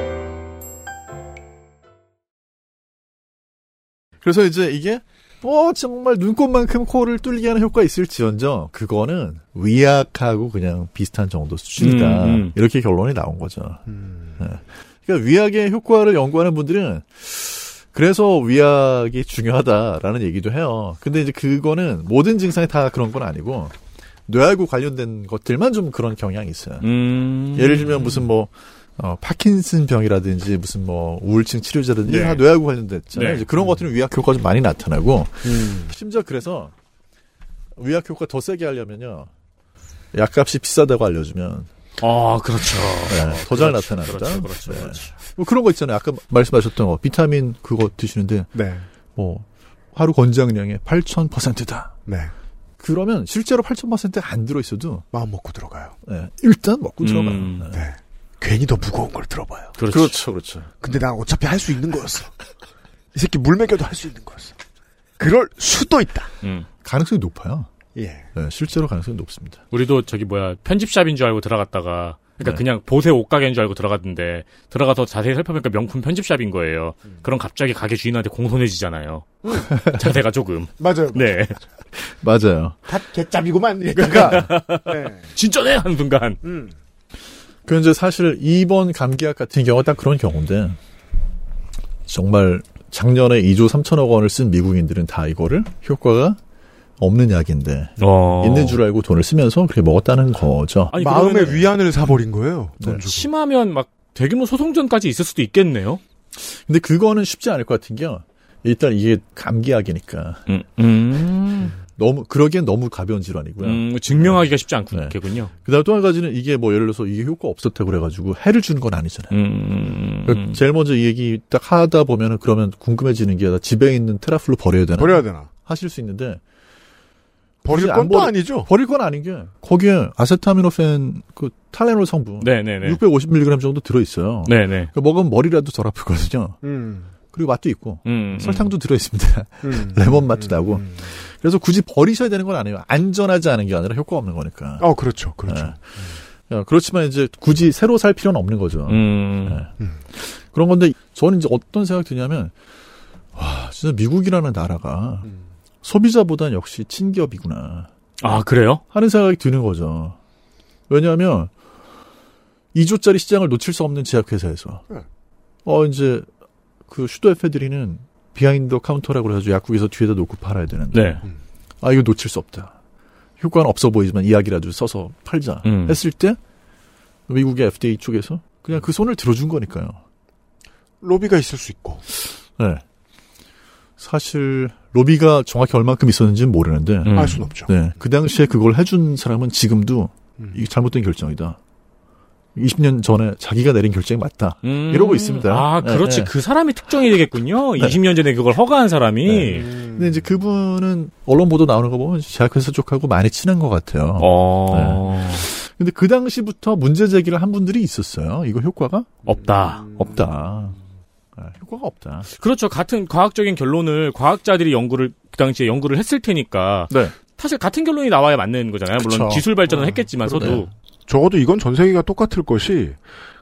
[SPEAKER 9] 그래서 이제 이게 어 정말 눈꽃만큼 코를 뚫리게 하는 효과 있을지언정 그거는 위약하고 그냥 비슷한 정도 수준이다.
[SPEAKER 3] 음, 음.
[SPEAKER 9] 이렇게 결론이 나온 거죠. 그러니까 위약의 효과를 연구하는 분들은 그래서 위약이 중요하다라는 얘기도 해요. 근데 이제 그거는 모든 증상이 다 그런 건 아니고 뇌하고 관련된 것들만 좀 그런 경향이 있어요.
[SPEAKER 3] 음.
[SPEAKER 9] 예를 들면 무슨 뭐 어, 파킨슨 병이라든지 무슨 뭐 우울증 치료제라든지
[SPEAKER 10] 네.
[SPEAKER 9] 다 뇌하고 관련됐잖아요.
[SPEAKER 10] 네.
[SPEAKER 9] 이제 그런
[SPEAKER 3] 음.
[SPEAKER 9] 것들은 위약 효과가 좀 많이 나타나고
[SPEAKER 10] 음.
[SPEAKER 9] 심지어 그래서 위약 효과 더 세게 하려면요. 약값이 비싸다고 알려주면 네,
[SPEAKER 3] 아 그렇죠.
[SPEAKER 9] 더 잘
[SPEAKER 3] 그렇죠,
[SPEAKER 9] 나타납니다.
[SPEAKER 3] 그렇죠, 그렇죠,
[SPEAKER 9] 네.
[SPEAKER 3] 그렇죠.
[SPEAKER 9] 뭐 그런 거 있잖아요. 아까 말씀하셨던 거 비타민 그거 드시는데
[SPEAKER 2] 네.
[SPEAKER 9] 뭐 하루 권장량의 8,000%다.
[SPEAKER 2] 네.
[SPEAKER 9] 그러면 실제로 8,000%안 들어 있어도
[SPEAKER 2] 마음 먹고 들어가요.
[SPEAKER 9] 네. 일단 먹고 들어가요.
[SPEAKER 3] 음.
[SPEAKER 2] 네. 괜히 더 무거운 걸 들어봐요.
[SPEAKER 9] 그렇죠. 그렇죠, 그렇죠.
[SPEAKER 2] 근데 난 어차피 할 수 있는 거였어. 이 새끼 물 먹여도 할 수 있는 거였어. 그럴 수도 있다.
[SPEAKER 9] 가능성이 높아요.
[SPEAKER 2] 예.
[SPEAKER 9] 네, 실제로 가능성이 높습니다.
[SPEAKER 3] 우리도 저기 뭐야 편집샵인 줄 알고 들어갔다가 그러니까
[SPEAKER 9] 네.
[SPEAKER 3] 그냥 보세 옷가게인 줄 알고 들어갔는데 들어가서 자세히 살펴보니까 명품 편집샵인 거예요.
[SPEAKER 9] 음.
[SPEAKER 3] 그럼 갑자기 가게 주인한테 공손해지잖아요. 자세가
[SPEAKER 9] [laughs]
[SPEAKER 3] 조금
[SPEAKER 2] 맞아요.
[SPEAKER 9] 그렇죠.
[SPEAKER 3] 네
[SPEAKER 9] 맞아요.
[SPEAKER 2] 다 개짭이구만. 그러니까. [laughs] 음. 네.
[SPEAKER 3] 진짜네 한 순간.
[SPEAKER 9] 그 이제 사실 이번 감기약 같은 경우가 딱 그런 경우인데 정말 작년에 2조 3천억 원을 쓴 미국인들은 다 이거를 효과가 없는 약인데
[SPEAKER 3] 어.
[SPEAKER 9] 있는 줄 알고 돈을 쓰면서 그렇게 먹었다는 거죠.
[SPEAKER 3] 아니, 마음의 그러면은-
[SPEAKER 2] 위안을 사버린 거예요.
[SPEAKER 3] 네. 심하면 막 대규모 소송전까지 있을 수도 있겠네요.
[SPEAKER 9] 근데 그거는 쉽지 않을 것 같은 게요. 일단 이게 감기약이니까
[SPEAKER 3] 음,
[SPEAKER 9] 너무 그러기엔 너무 가벼운 질환이고요.
[SPEAKER 3] 음, 증명하기가 쉽지 않겠군요.
[SPEAKER 9] 그다음 또 한 가지는 이게 뭐 예를 들어서 이게 효과 없었다고 그래가지고 해를 주는 건
[SPEAKER 3] 음,
[SPEAKER 9] 아니잖아요.
[SPEAKER 2] 음.
[SPEAKER 9] 그러니까 제일 먼저 이 얘기 딱 하다 보면은 그러면 궁금해지는 게 나 집에 있는 테라플로 버려야 되나?
[SPEAKER 2] 버려야 되나?
[SPEAKER 9] 하실 수 있는데
[SPEAKER 2] 버릴
[SPEAKER 9] 굳이 안
[SPEAKER 2] 건 또
[SPEAKER 9] 버리-
[SPEAKER 2] 아니죠.
[SPEAKER 9] 버릴 건 아닌 게 거기에 아세타미노펜 그 탈레놀 성분
[SPEAKER 3] 네네네.
[SPEAKER 9] 650mg 정도 들어 있어요. 그러니까
[SPEAKER 3] 네네.
[SPEAKER 9] 먹으면 머리라도 덜 아프거든요.
[SPEAKER 2] 음.
[SPEAKER 9] 그리고 맛도 있고
[SPEAKER 3] 음,
[SPEAKER 9] 설탕도 들어 있습니다.
[SPEAKER 2] 음.
[SPEAKER 9] [laughs] 레몬 맛도 나고. 그래서 굳이 버리셔야 되는 건 아니에요. 안전하지 않은 게 아니라 효과 없는 거니까.
[SPEAKER 2] 어, 그렇죠. 그렇죠.
[SPEAKER 9] 네. 야, 그렇지만 이제 굳이 새로 살 필요는 없는 거죠.
[SPEAKER 3] 음.
[SPEAKER 9] 예. 그런 건데 저는 이제 어떤 생각 이 드냐면 와 진짜 미국이라는 나라가
[SPEAKER 3] 음.
[SPEAKER 9] 소비자보단 역시 친기업이구나.
[SPEAKER 3] 아 그래요?
[SPEAKER 9] 하는 생각이 드는 거죠. 왜냐하면 2조짜리 시장을 놓칠 수 없는 제약회사에서
[SPEAKER 2] 네.
[SPEAKER 9] 어 이제 그 슈도 에페드리는 비하인드 카운터라고 해서 약국에서 뒤에다 놓고 팔아야 되는데
[SPEAKER 3] 네.
[SPEAKER 9] 아 이거 놓칠 수 없다. 효과는 없어 보이지만 이야기라도 써서 팔자
[SPEAKER 3] 음.
[SPEAKER 9] 했을 때 미국의 FDA 쪽에서 그냥 그 손을 들어준 거니까요.
[SPEAKER 2] 로비가 있을 수 있고.
[SPEAKER 9] 네. 사실 로비가 정확히 얼만큼 있었는지는 모르는데
[SPEAKER 2] 음. 알 수는 없죠.
[SPEAKER 9] 네. 그 당시에 그걸 해준 사람은 지금도 이게 잘못된 결정이다. 20년 전에 자기가 내린 결정이 맞다.
[SPEAKER 3] 음.
[SPEAKER 9] 이러고 있습니다.
[SPEAKER 3] 아 그렇지
[SPEAKER 9] 네, 네.
[SPEAKER 3] 그 사람이 특정이 되겠군요. 20년 전에 그걸 허가한 사람이.
[SPEAKER 2] 음.
[SPEAKER 9] 근데 이제 그분은 언론 보도 나오는 거 보면 제약회사 쪽하고 많이 친한 것 같아요.
[SPEAKER 3] 어.
[SPEAKER 9] 네. 근데 그 당시부터 문제 제기를 한 분들이 있었어요. 이거 효과가
[SPEAKER 3] 없다.
[SPEAKER 9] 없다. 네, 효과가 없다.
[SPEAKER 3] 그렇죠. 같은 과학적인 결론을 과학자들이 연구를 그 당시에 연구를 했을 테니까.
[SPEAKER 9] 네.
[SPEAKER 3] 사실 같은 결론이 나와야 맞는 거잖아요.
[SPEAKER 2] 그쵸.
[SPEAKER 3] 물론 기술 발전은 했겠지만서도.
[SPEAKER 2] 적어도 이건 전 세계가 똑같을 것이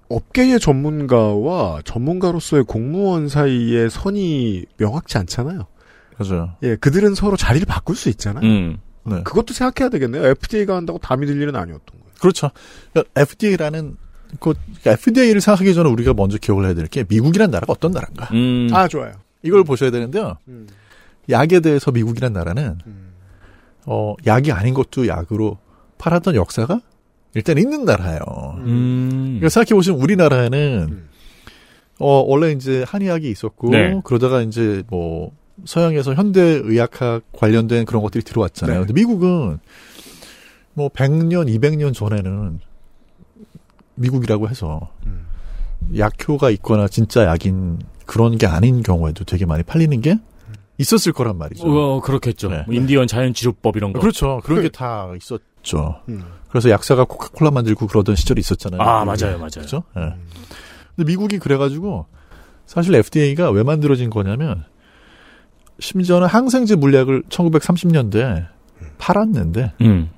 [SPEAKER 2] 업계의 전문가와 전문가로서의 공무원 사이의 선이 명확치 않잖아요.
[SPEAKER 9] 맞아요.
[SPEAKER 2] 예, 그들은 서로 자리를 바꿀 수 있잖아요.
[SPEAKER 9] 네.
[SPEAKER 2] 그것도 생각해야 되겠네요. FDA가 한다고 다 믿을 일은 아니었던 거예요.
[SPEAKER 9] 그렇죠. FDA라는 그 FDA를 생각하기 전에 우리가 먼저 기억을 해야 될 게 미국이란 나라가 어떤 나라인가.
[SPEAKER 2] 아, 좋아요.
[SPEAKER 9] 이걸 보셔야 되는데요. 약에 대해서 미국이란 나라는 어 약이 아닌 것도 약으로 팔았던 역사가 일단 있는 나라예요.
[SPEAKER 3] 음.
[SPEAKER 9] 그러니까 생각해 보시면 우리나라에는 어 원래 이제 한의학이 있었고
[SPEAKER 10] 네.
[SPEAKER 9] 그러다가 이제 뭐 서양에서 현대 의학학 관련된 그런 것들이 들어왔잖아요.
[SPEAKER 10] 네.
[SPEAKER 9] 근데 미국은 뭐 100년, 200년 전에는 미국이라고 해서 약효가 있거나 진짜 약인 그런 게 아닌 경우에도 되게 많이 팔리는 게 있었을 거란 말이죠. 네.
[SPEAKER 3] 어, 그렇겠죠. 뭐 인디언 자연치료법 이런 거.
[SPEAKER 9] 그렇죠. 그런 게 다 있었. 죠
[SPEAKER 2] 음.
[SPEAKER 9] 그래서 약사가 코카콜라 만들고 그러던 시절이 있었잖아요.
[SPEAKER 3] 아, 맞아요, 맞아요.
[SPEAKER 9] 그죠? 예. 근데 미국이 그래가지고 사실 FDA가 왜 만들어진 거냐면 심지어는 항생제 물약을 1930년대 팔았는데
[SPEAKER 3] 음.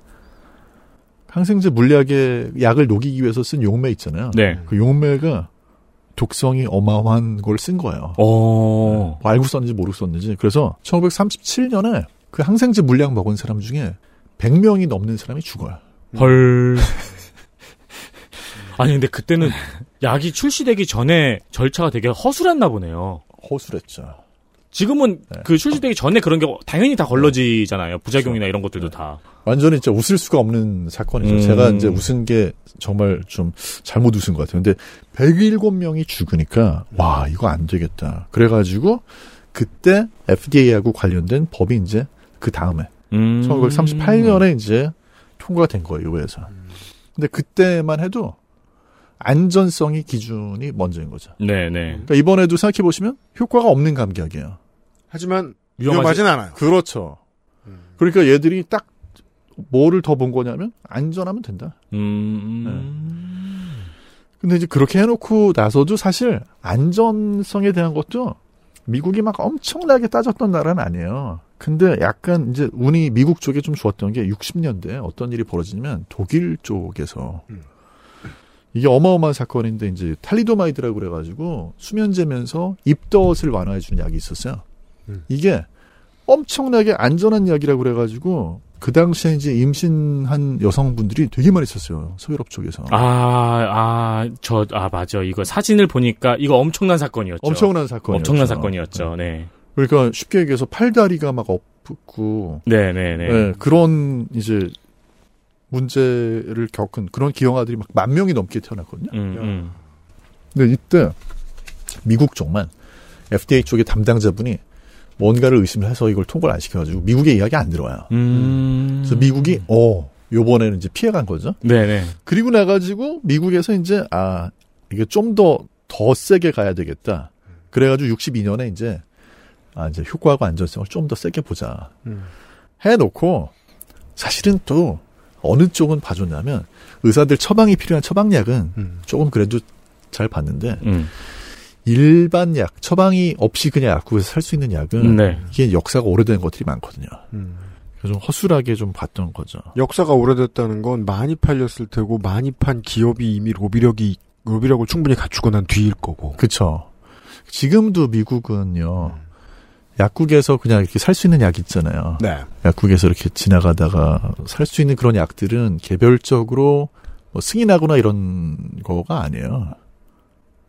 [SPEAKER 9] 항생제 물약에 약을 녹이기 위해서 쓴 용매 있잖아요.
[SPEAKER 3] 네.
[SPEAKER 9] 그 용매가 독성이 어마어마한 걸 쓴 거예요. 뭐
[SPEAKER 3] 어.
[SPEAKER 9] 알고 썼는지 모르고 썼는지. 그래서 1937년에 그 항생제 물약 먹은 사람 네. [laughs] 중에 100명이 넘는 사람이 죽어요.
[SPEAKER 3] 헐. 아니 근데 그때는 약이 출시되기 전에 절차가 되게 허술했나 보네요.
[SPEAKER 9] 허술했죠.
[SPEAKER 3] 지금은
[SPEAKER 9] 네.
[SPEAKER 3] 그 출시되기 전에 그런 게 당연히 다 걸러지잖아요.
[SPEAKER 9] 그렇죠.
[SPEAKER 3] 부작용이나 이런 것들도
[SPEAKER 9] 네.
[SPEAKER 3] 다.
[SPEAKER 9] 완전히 진짜 웃을 수가 없는 사건이죠.
[SPEAKER 3] 음.
[SPEAKER 9] 제가 이제 웃은 게 정말 좀 잘못 웃은 것 같아요. 근데 107명이 죽으니까 와 이거 안 되겠다. 그래가지고 그때 FDA하고 관련된 법이 이제 그 다음에 1938년에 이제 통과가 된 거예요. 의회에서. 근데 그때만 해도 안전성이 기준이 먼저인 거죠.
[SPEAKER 3] 음. 네네.
[SPEAKER 9] 그러니까 이번에도 생각해 보시면 효과가 없는 감기약이에요.
[SPEAKER 2] 하지만 위험하진 않아요.
[SPEAKER 9] 그렇죠. 그러니까 얘들이 딱 뭐를 더 본 거냐면 안전하면 된다.
[SPEAKER 3] 음. 네.
[SPEAKER 9] 네. 근데 이제 그렇게 해놓고 나서도 사실 안전성에 대한 것도 미국이 막 엄청나게 따졌던 나라는 아니에요. 근데 약간 이제 운이 미국 쪽에 좀 좋았던 게 60년대에 어떤 일이 벌어지냐면 독일 쪽에서 이게 어마어마한 사건인데 이제 탈리도마이드라고 그래가지고 수면제면서 입덧을 완화해주는 약이 있었어요. 이게 엄청나게 안전한 약이라고 그래가지고 그 당시에 이제 임신한 여성분들이 되게 많이 있었어요. 서유럽 쪽에서.
[SPEAKER 3] 아, 아, 저, 아, 맞아. 이거 사진을 보니까 이거 엄청난 사건이었죠.
[SPEAKER 9] 엄청난 사건이었죠.
[SPEAKER 3] 엄청난 사건이었죠. 네.
[SPEAKER 9] 그러니까 쉽게 얘기해서 팔다리가 막 엎고
[SPEAKER 3] 네네네.
[SPEAKER 9] 예, 그런 이제 문제를 겪은 그런 기형아들이 막 만 명이 넘게 태어났거든요.
[SPEAKER 3] 음,
[SPEAKER 9] 근데 이때 미국 쪽만 FDA 쪽의 담당자분이 뭔가를 의심을 해서 이걸 통과를 안 시켜가지고 미국의 이야기 안 들어와요.
[SPEAKER 3] 음.
[SPEAKER 9] 그래서 미국이 어 요번에는 이제 피해간 거죠.
[SPEAKER 3] 네네.
[SPEAKER 9] 그리고 나가지고 미국에서 이제 아 이게 좀 더 더 세게 가야 되겠다. 그래가지고 62년에 이제 아 이제 효과하고 안전성을 좀 더 세게 보자. 해놓고 사실은 또 어느 쪽은 봐줬냐면 의사들 처방이 필요한 처방약은
[SPEAKER 2] 음.
[SPEAKER 9] 조금 그래도 잘 봤는데 일반 약 처방이 없이 그냥 약국에서 살 수 있는 약은
[SPEAKER 3] 네.
[SPEAKER 9] 이게 역사가 오래된 것들이 많거든요.
[SPEAKER 2] 음.
[SPEAKER 9] 그래서 좀 허술하게 좀 봤던 거죠.
[SPEAKER 2] 역사가 오래됐다는 건 많이 팔렸을 테고 많이 판 기업이 이미 로비력이 로비력을 충분히 갖추고 난 뒤일 거고.
[SPEAKER 9] 그렇죠. 지금도 미국은요 약국에서 그냥 이렇게 살 수 있는 약 있잖아요.
[SPEAKER 2] 네.
[SPEAKER 9] 약국에서 이렇게 지나가다가 살 수 있는 그런 약들은 개별적으로 뭐 승인하거나 이런 거가 아니에요.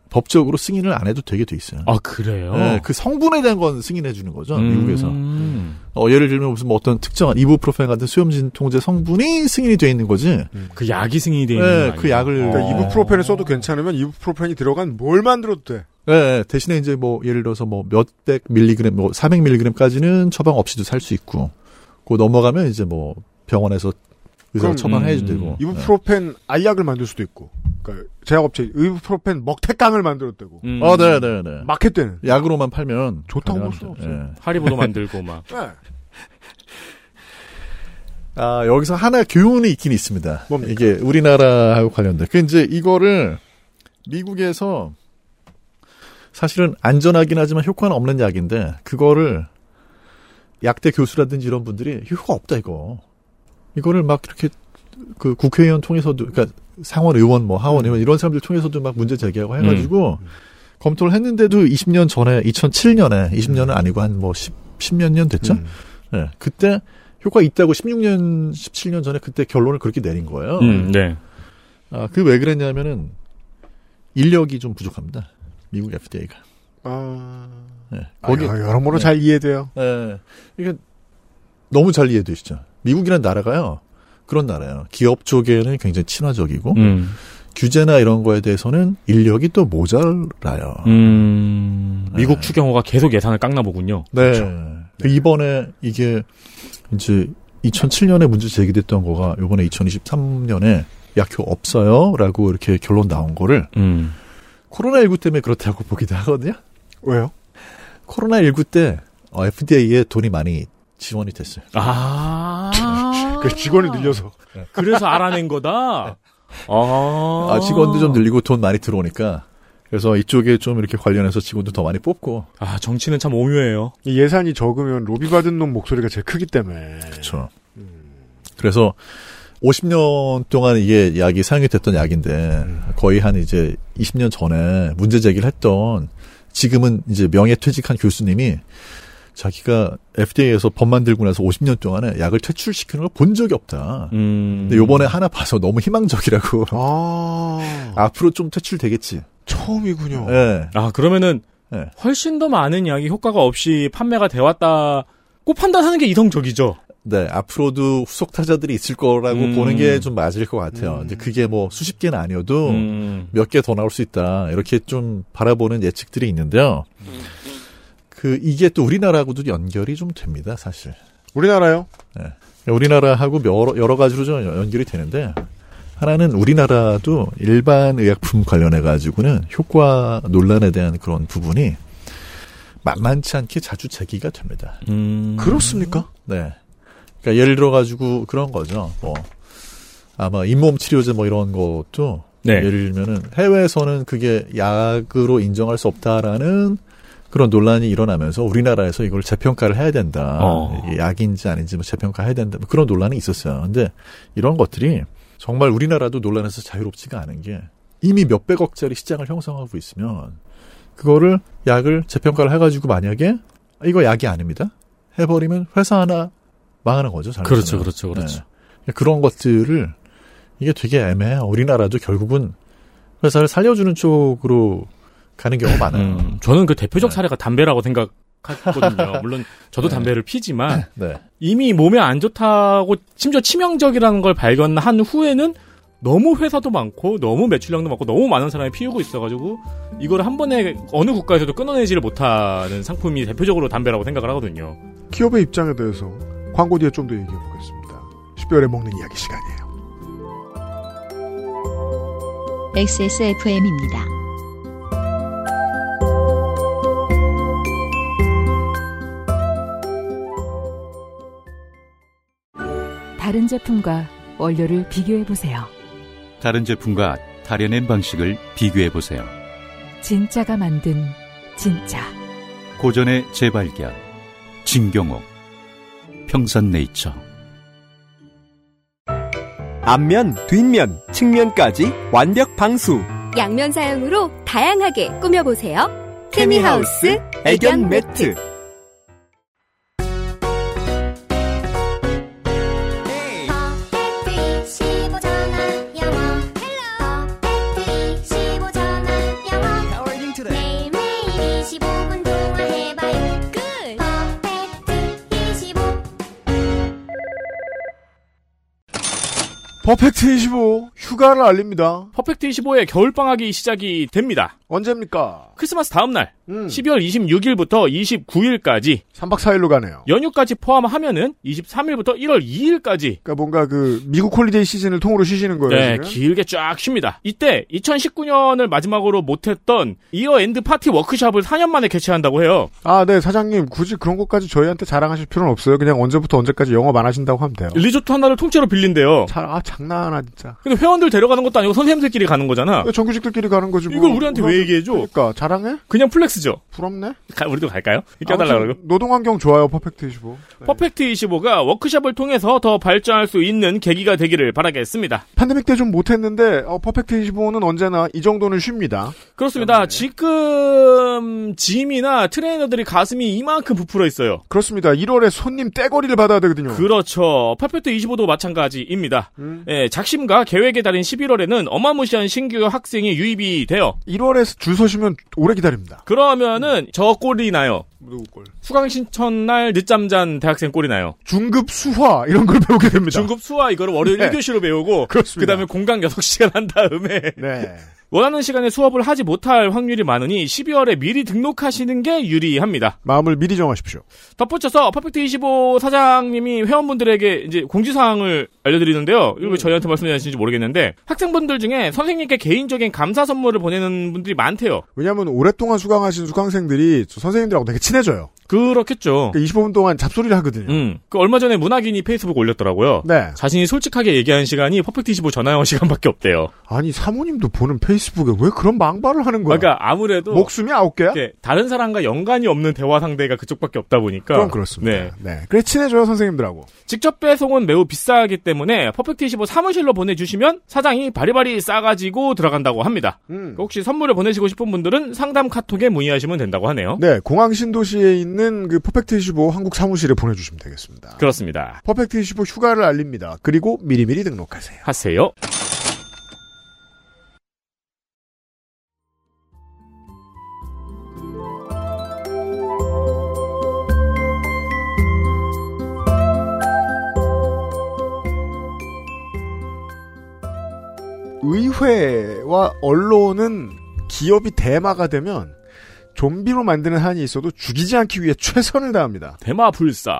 [SPEAKER 9] 법적으로 승인을 안 해도 되게 돼 있어요.
[SPEAKER 3] 아, 그래요? 음.
[SPEAKER 9] 네, 그 성분에 대한 건 승인해 주는 거죠 미국에서. 어, 예를 들면 무슨 뭐 어떤 특정한 이부프로펜 같은 수염 진통제 성분이 승인이 돼 있는 거지.
[SPEAKER 3] 그 약이 승인이 돼
[SPEAKER 9] 네,
[SPEAKER 3] 있는 거 아니에요? 어.
[SPEAKER 9] 그 약을
[SPEAKER 2] 그러니까 이부프로펜을 써도 괜찮으면 이부프로펜이 들어간 뭘 만들어도 돼.
[SPEAKER 9] 예, 예. 대신에 이제 뭐 예를 들어서 뭐 몇백 밀리그램, 뭐 사백 밀리그램까지는 처방 없이도 살 수 있고, 그 넘어가면 이제 뭐 병원에서
[SPEAKER 2] 그럼,
[SPEAKER 9] 의사가 처방해
[SPEAKER 2] 음,
[SPEAKER 9] 주고.
[SPEAKER 2] 이부프로펜 알약을 만들 수도 있고. 그러니까 제약업체 이부프로펜 먹태깡을 만들었다고.
[SPEAKER 9] 어, 네, 네, 네.
[SPEAKER 2] 음. 마켓되는
[SPEAKER 9] 약으로만 팔면 좋다고 예.
[SPEAKER 2] 볼수 없어요.
[SPEAKER 3] 하리보도 만들고 막.
[SPEAKER 2] 네.
[SPEAKER 9] 아, 여기서 하나 교훈이 있긴 있습니다. 이게 우리나라하고 관련된. 그 이제 이거를 미국에서 사실은 안전하긴 하지만 효과는 없는 약인데 그거를 약대 교수라든지 이런 분들이 효과 없다 이거. 이거를 막 이렇게 그 국회의원 통해서도 그러니까 상원 의원 뭐 하원 의원 이런 사람들 통해서도 막 문제 제기하고 해 가지고 검토를 했는데도 20년 전에 2007년에 20년은 아니고 한 뭐 10, 10몇 년
[SPEAKER 2] 음.
[SPEAKER 9] 됐죠. 예, 그때 효과 있다고 16년 17년 전에 그때 결론을 그렇게 내린 거예요.
[SPEAKER 3] 음, 네.
[SPEAKER 9] 아, 그 왜 그랬냐면은 인력이 좀 부족합니다. 미국 FDA가.
[SPEAKER 2] 아,
[SPEAKER 9] 예.
[SPEAKER 2] 아, 여- 여러모로 잘 이해돼요.
[SPEAKER 9] 예. 이게 너무 잘 이해되시죠. 미국이란 나라가요. 그런 나라예요. 기업 쪽에는 굉장히 친화적이고
[SPEAKER 3] 음.
[SPEAKER 9] 규제나 이런 거에 대해서는 인력이 또 모자라요.
[SPEAKER 3] 음, 미국 추경호가 계속 예산을 깎나 보군요.
[SPEAKER 9] 네. 그 이번에 이게 이제 2007년에 문제 제기됐던 거가 이번에 2023년에 약효 없어요라고 이렇게 결론 나온 거를 코로나19 때문에 그렇다고 보기도 하거든요.
[SPEAKER 2] 왜요?
[SPEAKER 9] 코로나19 때 FDA에 돈이 많이 지원이 됐어요.
[SPEAKER 3] 아.
[SPEAKER 2] 그 직원을 늘려서.
[SPEAKER 3] 그래서 알아낸 거다? 아.
[SPEAKER 9] 아, 직원도 좀 늘리고 돈 많이 들어오니까 그래서 이쪽에 좀 이렇게 관련해서 직원도 더 많이 뽑고
[SPEAKER 3] 아, 정치는 참 오묘해요.
[SPEAKER 2] 이 예산이 적으면 로비 받은 놈 목소리가 제일 크기 때문에.
[SPEAKER 9] 그렇죠. 그래서 50년 동안 이게 약이 사용이 됐던 약인데 거의 한 이제 20년 전에 문제 제기를 했던 지금은 이제 명예퇴직한 교수님이 자기가 FDA에서 법 만들고 나서 50년 동안에 약을 퇴출시키는 걸 본 적이 없다. 음. 어. 근데 요번에 하나 봐서 너무 희망적이라고.
[SPEAKER 2] 아.
[SPEAKER 9] [laughs] 앞으로 좀 퇴출되겠지.
[SPEAKER 2] 처음이군요.
[SPEAKER 9] 네.
[SPEAKER 3] 아, 그러면은 네. 훨씬 더 많은 약이 효과가 없이 판매가 돼 왔다고 판단하는 게 이성적이죠.
[SPEAKER 9] 네, 앞으로도 후속 타자들이 있을 거라고 음. 보는 게 좀 맞을 것 같아요. 음. 이제 그게 뭐 수십 개는 아니어도 음. 몇개 더 나올 수 있다. 이렇게 좀 바라보는 예측들이 있는데요. 그 이게 또 우리나라하고도 연결이 좀 됩니다, 사실.
[SPEAKER 2] 우리나라요?
[SPEAKER 9] 네. 우리나라하고 여러, 여러 가지로 좀 연결이 되는데 하나는 우리나라도 일반 의약품 관련해 가지고는 효과 논란에 대한 그런 부분이 만만치 않게 자주 제기가 됩니다. 음.
[SPEAKER 2] 그렇습니까?
[SPEAKER 9] 네. 그러니까 예를 들어 가지고 그런 거죠. 뭐 아마 잇몸 치료제 뭐 이런 것도 네. 예를 들면은 해외에서는 그게 약으로 인정할 수 없다라는 그런 논란이 일어나면서 우리나라에서 이걸 재평가를 해야 된다. 어. 약인지 아닌지 뭐 재평가해야 된다. 뭐 그런 논란이 있었어요. 근데 이런 것들이 정말 우리나라도 논란에서 자유롭지가 않은 게 이미 몇백억짜리 시장을 형성하고 있으면 그거를 약을 재평가를 해가지고 만약에 이거 약이 아닙니다. 해버리면 회사 하나 망하는 거죠.
[SPEAKER 3] 그렇죠, 그렇죠, 그렇죠.
[SPEAKER 9] 네. 그런 것들을 이게 되게 애매해요. 우리나라도 결국은 회사를 살려주는 쪽으로 가는 경우가 많아요. 음,
[SPEAKER 3] 저는 그 대표적 사례가 네. 담배라고 [laughs] 생각하거든요. 물론 저도 네. 담배를 피지만 이미 몸에 안 좋다고 심지어 치명적이라는 걸 발견한 후에는 너무 회사도 많고 너무 매출량도 많고 너무 많은 사람이 피우고 있어가지고 이걸 한 번에 어느 국가에서도 끊어내지를 못하는 상품이 대표적으로 담배라고 생각을 하거든요.
[SPEAKER 2] 기업의 입장에 대해서 광고 뒤에 좀 더 얘기해 보겠습니다. 10개월에 먹는 이야기 시간이에요.
[SPEAKER 8] XSFM입니다.
[SPEAKER 1] 다른 제품과 원료를 비교해 보세요.
[SPEAKER 4] 다른 제품과 다려낸 방식을 비교해 보세요.
[SPEAKER 1] 진짜가 만든 진짜.
[SPEAKER 4] 고전의 재발견. 진경옥. 평산네이처
[SPEAKER 11] 앞면, 뒷면, 측면까지 완벽 방수
[SPEAKER 12] 양면 사용으로 다양하게 꾸며보세요
[SPEAKER 11] 케미하우스 애견 매트
[SPEAKER 2] 퍼펙트 25 휴가를 알립니다.
[SPEAKER 3] 퍼펙트 25의 겨울 방학이 시작이 됩니다.
[SPEAKER 2] 언제입니까?
[SPEAKER 3] 크리스마스 다음 날 음. 12월 26일부터 29일까지
[SPEAKER 2] 3박 4일로 가네요.
[SPEAKER 3] 연휴까지 포함하면은 23일부터 1월 2일까지.
[SPEAKER 2] 그러니까 뭔가 그 미국 홀리데이 시즌을 통으로 쉬시는 거예요.
[SPEAKER 3] 네,
[SPEAKER 2] 지금?
[SPEAKER 3] 길게 쫙 쉽니다. 이때 2019년을 마지막으로 못했던 이어 엔드 파티 워크숍을 4년 만에 개최한다고 해요.
[SPEAKER 2] 아, 네 사장님 굳이 그런 것까지 저희한테 자랑하실 필요는 없어요. 그냥 언제부터 언제까지 영업 안 하신다고 하면 돼요.
[SPEAKER 3] 리조트 하나를 통째로 빌린대요.
[SPEAKER 2] 자, 아 장난하나 진짜.
[SPEAKER 3] 근데 회원들 데려가는 것도 아니고 선생님들끼리 가는 거잖아.
[SPEAKER 2] 정규직들끼리 가는 거지. 뭐.
[SPEAKER 3] 이걸 우리한테 왜 얘기해줘?
[SPEAKER 2] 그러니까 자랑해?
[SPEAKER 3] 그냥 플렉스죠.
[SPEAKER 2] 부럽네.
[SPEAKER 3] 가, 우리도 갈까요? 껴달라 그러고.
[SPEAKER 2] 노동환경 좋아요. 퍼펙트 25.
[SPEAKER 3] 네. 퍼펙트 25가 워크숍을 통해서 더 발전할 수 있는 계기가 되기를 바라겠습니다.
[SPEAKER 2] 팬데믹 때 좀 못했는데 어, 퍼펙트 25는 언제나 이 정도는 쉽니다.
[SPEAKER 3] 그렇습니다. 네. 지금 짐이나 트레이너들이 가슴이 이만큼 부풀어 있어요.
[SPEAKER 2] 그렇습니다. 1월에 손님 떼거리를 받아야 되거든요.
[SPEAKER 3] 그렇죠. 퍼펙트 25도 마찬가지입니다. 음. 예, 작심과 계획에 달인 11월에는 어마무시한 신규 학생이 유입이 돼요.
[SPEAKER 2] 1월에 줄 서시면 오래 기다립니다.
[SPEAKER 3] 그러면은 저 꼴이 나요. 수강 신청 날 늦잠 잔 대학생 꼴이 나요.
[SPEAKER 2] 중급 수화 이런 걸 배우게 됩니다.
[SPEAKER 3] 그렇죠. 중급 수화 이거를 월요일 네. 1교시로 배우고
[SPEAKER 2] 그렇습니다.
[SPEAKER 3] 그다음에 공강 6시간 한 다음에
[SPEAKER 2] 네.
[SPEAKER 3] 원하는 시간에 수업을 하지 못할 확률이 많으니 12월에 미리 등록하시는 게 유리합니다.
[SPEAKER 2] 마음을 미리 정하십시오.
[SPEAKER 3] 덧붙여서 퍼펙트 25 사장님이 회원분들에게 이제 공지사항을 알려드리는데요.
[SPEAKER 2] 음.
[SPEAKER 3] 이걸 왜 저희한테 말씀하시는지 모르겠는데 학생분들 중에 선생님께 개인적인 감사 선물을 보내는 분들이 많대요.
[SPEAKER 2] 왜냐하면 오랫동안 수강하신 수강생들이 선생님들하고 되게 친해져요.
[SPEAKER 3] 그렇겠죠.
[SPEAKER 2] 그러니까 25분 동안 잡소리를 하거든요.
[SPEAKER 3] 음. 그 얼마 전에 문학인이 페이스북 올렸더라고요.
[SPEAKER 2] 네.
[SPEAKER 3] 자신이 솔직하게 얘기한 시간이 퍼펙트 25 전화영 시간밖에 없대요.
[SPEAKER 2] 아니 사모님도 보는 페이스북에 왜 그런 망발을 하는 거야?
[SPEAKER 3] 그러니까 아무래도
[SPEAKER 2] 목숨이 아홉 개야. 네,
[SPEAKER 3] 다른 사람과 연관이 없는 대화 상대가 그쪽밖에 없다 보니까.
[SPEAKER 2] 그럼 그렇습니다. 네. 네. 그래 친해져요 선생님들하고.
[SPEAKER 3] 직접 배송은 매우 비싸기 때문에 퍼펙트 25 사무실로 보내주시면 사장이 바리바리 싸가지고 들어간다고 합니다.
[SPEAKER 2] [laughs]
[SPEAKER 3] 그 음. 혹시 선물을 보내시고 싶은 분들은 상담 카톡에 문의하시면 된다고 하네요.
[SPEAKER 2] 네, 공항 신도시에 있는 있는 그 퍼펙트 25 한국 사무실에 보내주시면 되겠습니다.
[SPEAKER 3] 그렇습니다.
[SPEAKER 2] 퍼펙트 25 휴가를 알립니다. 그리고 미리미리 등록하세요.
[SPEAKER 3] 하세요.
[SPEAKER 2] 의회와 언론은 기업이 대마가 되면 좀비로 만드는 한이 있어도 죽이지 않기 위해 최선을 다합니다.
[SPEAKER 3] 대마 불사.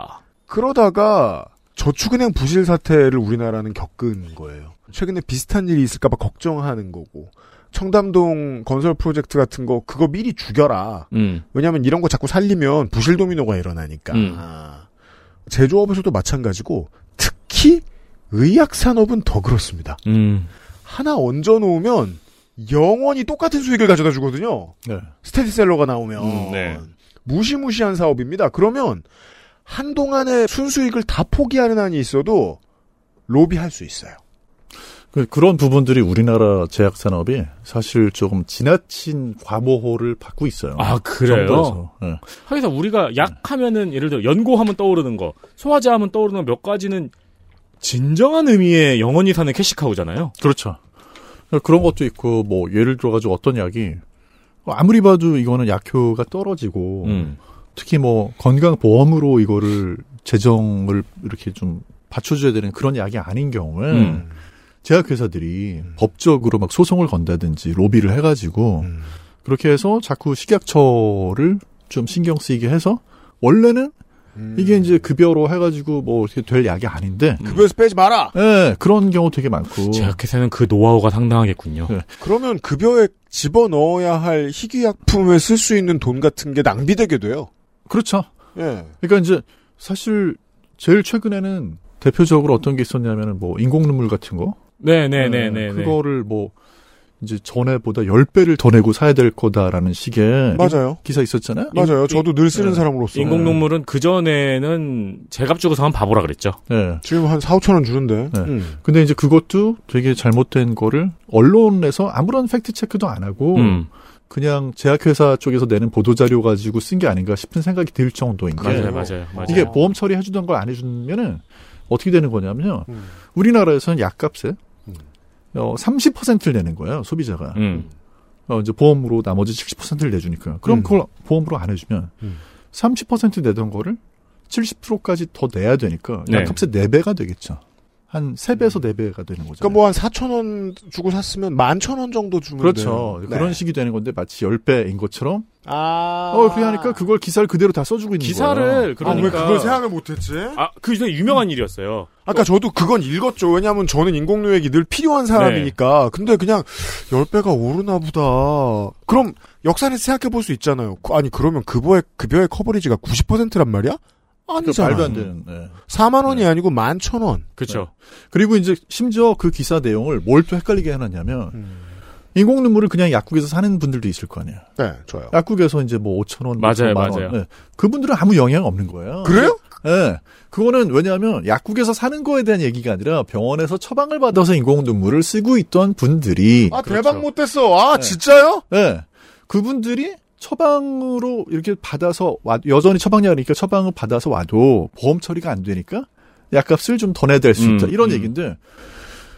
[SPEAKER 2] 그러다가 저축은행 부실 사태를 우리나라는 겪은 거예요. 최근에 비슷한 일이 있을까봐 걱정하는 거고. 청담동 건설 프로젝트 같은 거 그거 미리 죽여라.
[SPEAKER 3] 음.
[SPEAKER 2] 왜냐하면 이런 거 자꾸 살리면 부실 도미노가 일어나니까. 아.
[SPEAKER 3] 음.
[SPEAKER 2] 제조업에서도 마찬가지고 특히 의약 산업은 더 그렇습니다.
[SPEAKER 3] 음.
[SPEAKER 2] 하나 얹어 놓으면 영원히 똑같은 수익을 가져다 주거든요.
[SPEAKER 9] 네.
[SPEAKER 2] 스테디셀러가 나오면
[SPEAKER 3] 음, 네.
[SPEAKER 2] 무시무시한 사업입니다. 그러면 한동안의 순수익을 다 포기하는 한이 있어도 로비할 수 있어요.
[SPEAKER 9] 그- 그런 부분들이 우리나라 제약 산업이 사실 조금 지나친 과모호를 받고 있어요.
[SPEAKER 3] 아, 그래요?
[SPEAKER 9] 정부에서. 예.
[SPEAKER 3] 하기사 우리가 약 하면은 예를 들어 연고하면 떠오르는 거, 소화제 하면 떠오르는 몇 가지는 진정한 의미의 영원히 사는 캐시카우잖아요.
[SPEAKER 9] 그렇죠. 그러니까 그런 것도 있고 뭐 예를 들어가지고 어떤 약이 아무리 봐도 이거는 약효가 떨어지고
[SPEAKER 3] 음.
[SPEAKER 9] 특히 뭐 건강보험으로 이거를 재정을 이렇게 좀 받쳐줘야 되는 그런 약이 아닌 경우에 그
[SPEAKER 3] 음.
[SPEAKER 9] 제약회사들이 법적으로 막 소송을 건다든지 로비를 해가지고 그렇게 해서 자꾸 식약처를 좀 신경 쓰이게 해서 원래는 이게 이제 급여로 해가지고 뭐 이렇게 될 약이 아닌데
[SPEAKER 2] 급여에서 빼지 마라.
[SPEAKER 9] 예 그런 경우 되게 많고
[SPEAKER 3] 제약회사는 그 노하우가 상당하겠군요.
[SPEAKER 2] 그러면 급여에 집어넣어야 할 희귀약품에 쓸 수 있는 돈 같은 게 낭비되게 돼요.
[SPEAKER 9] 그렇죠.
[SPEAKER 2] 예.
[SPEAKER 9] 그러니까 이제 사실 제일 최근에는 대표적으로 어떤 게 있었냐면은 뭐 인공 눈물 같은 거.
[SPEAKER 3] 네, 네, 네, 네, 네.
[SPEAKER 9] 그거를 뭐 이제 전에보다 10배를 더 내고 사야 될 거다라는 식의
[SPEAKER 2] 맞아요.
[SPEAKER 9] 기사 있었잖아요.
[SPEAKER 2] 맞아요. 저도 늘 쓰는 사람으로서. 예.
[SPEAKER 3] 인공 논물은 그 전에는 제값 주고서 한 바보라 그랬죠.
[SPEAKER 9] 예.
[SPEAKER 2] 지금 한 4, 5천 원 주는데. 음.
[SPEAKER 9] 네. 근데 이제 그것도 되게 잘못된 거를 언론에서 아무런 팩트 체크도 안 하고
[SPEAKER 3] 음.
[SPEAKER 9] 그냥 제약회사 쪽에서 내는 보도 자료 가지고 쓴 게 아닌가 싶은 생각이 들 정도인 게
[SPEAKER 3] 맞아요, 맞아요, 맞아요.
[SPEAKER 9] 이게 보험 처리 해주던 걸 안 해주면은 어떻게 되는 거냐면요. 우리나라에서는 약값에
[SPEAKER 2] 음.
[SPEAKER 9] 어, 30%를 내는 거예요 소비자가.
[SPEAKER 3] 음.
[SPEAKER 9] 어, 이제 보험으로 나머지 70%를 내주니까. 그럼
[SPEAKER 3] 음.
[SPEAKER 9] 그걸 보험으로 안 해주면
[SPEAKER 2] 음.
[SPEAKER 9] 30% 내던 거를 70%까지 더 내야 되니까
[SPEAKER 3] 네.
[SPEAKER 9] 약값의 4배가 되겠죠. 한 3배에서 4배가 되는 거죠.
[SPEAKER 2] 그러니까 뭐 한 4천 원 주고 샀으면 11,000원 정도 주면
[SPEAKER 9] 그렇죠.
[SPEAKER 2] 돼요.
[SPEAKER 9] 그런
[SPEAKER 2] 네.
[SPEAKER 9] 식이 되는 건데 마치 10배인 것처럼
[SPEAKER 2] 아.
[SPEAKER 9] 어, 그게 하니까 그걸 기사를 그대로 다 써주고 있는
[SPEAKER 3] 기사를
[SPEAKER 9] 거예요. 아,
[SPEAKER 3] 그러니까
[SPEAKER 2] 왜 그걸 생각을 못했지?
[SPEAKER 3] 아, 그 전에 유명한 일이었어요.
[SPEAKER 2] 아까 저도 그건 읽었죠. 왜냐하면 저는 인공노역이 늘
[SPEAKER 9] 네.
[SPEAKER 2] 필요한 사람이니까. 근데 그냥 10배가 오르나 보다. 그럼 역산에서 생각해 볼 수 있잖아요. 그- 아니 그러면 급여의, 급여의 커버리지가 90%란 말이야? 아니잖아.
[SPEAKER 9] 그 말도 안
[SPEAKER 3] 음.
[SPEAKER 9] 되는. 네.
[SPEAKER 2] 4만 원이 아니고 11,000원.
[SPEAKER 3] 그렇죠.
[SPEAKER 9] 그리고 이제 심지어 그 기사 내용을 뭘 또 헷갈리게 해놨냐면
[SPEAKER 3] 음.
[SPEAKER 9] 인공 눈물을 그냥 약국에서 사는 분들도 있을 거 아니에요.
[SPEAKER 2] 네, 좋아요.
[SPEAKER 9] 약국에서 이제 뭐 5천 원,
[SPEAKER 3] 맞아요,
[SPEAKER 9] 5천 만
[SPEAKER 3] 맞아요.
[SPEAKER 9] 원. 네. 그분들은 아무 영향 없는 거예요.
[SPEAKER 2] 그래요?
[SPEAKER 9] 예. 그거는 왜냐하면 약국에서 사는 거에 대한 얘기가 아니라 병원에서 처방을 받아서 인공 눈물을 쓰고 있던 분들이
[SPEAKER 2] 아 대박 못 됐어. 아 진짜요?
[SPEAKER 9] 예. 그분들이 처방으로 이렇게 받아서 와, 여전히 처방약이니까 처방을 받아서 와도 보험 처리가 안 되니까 약값을 좀 더 내야 될 수
[SPEAKER 3] 음,
[SPEAKER 9] 있다. 이런
[SPEAKER 3] 음.
[SPEAKER 9] 얘기인데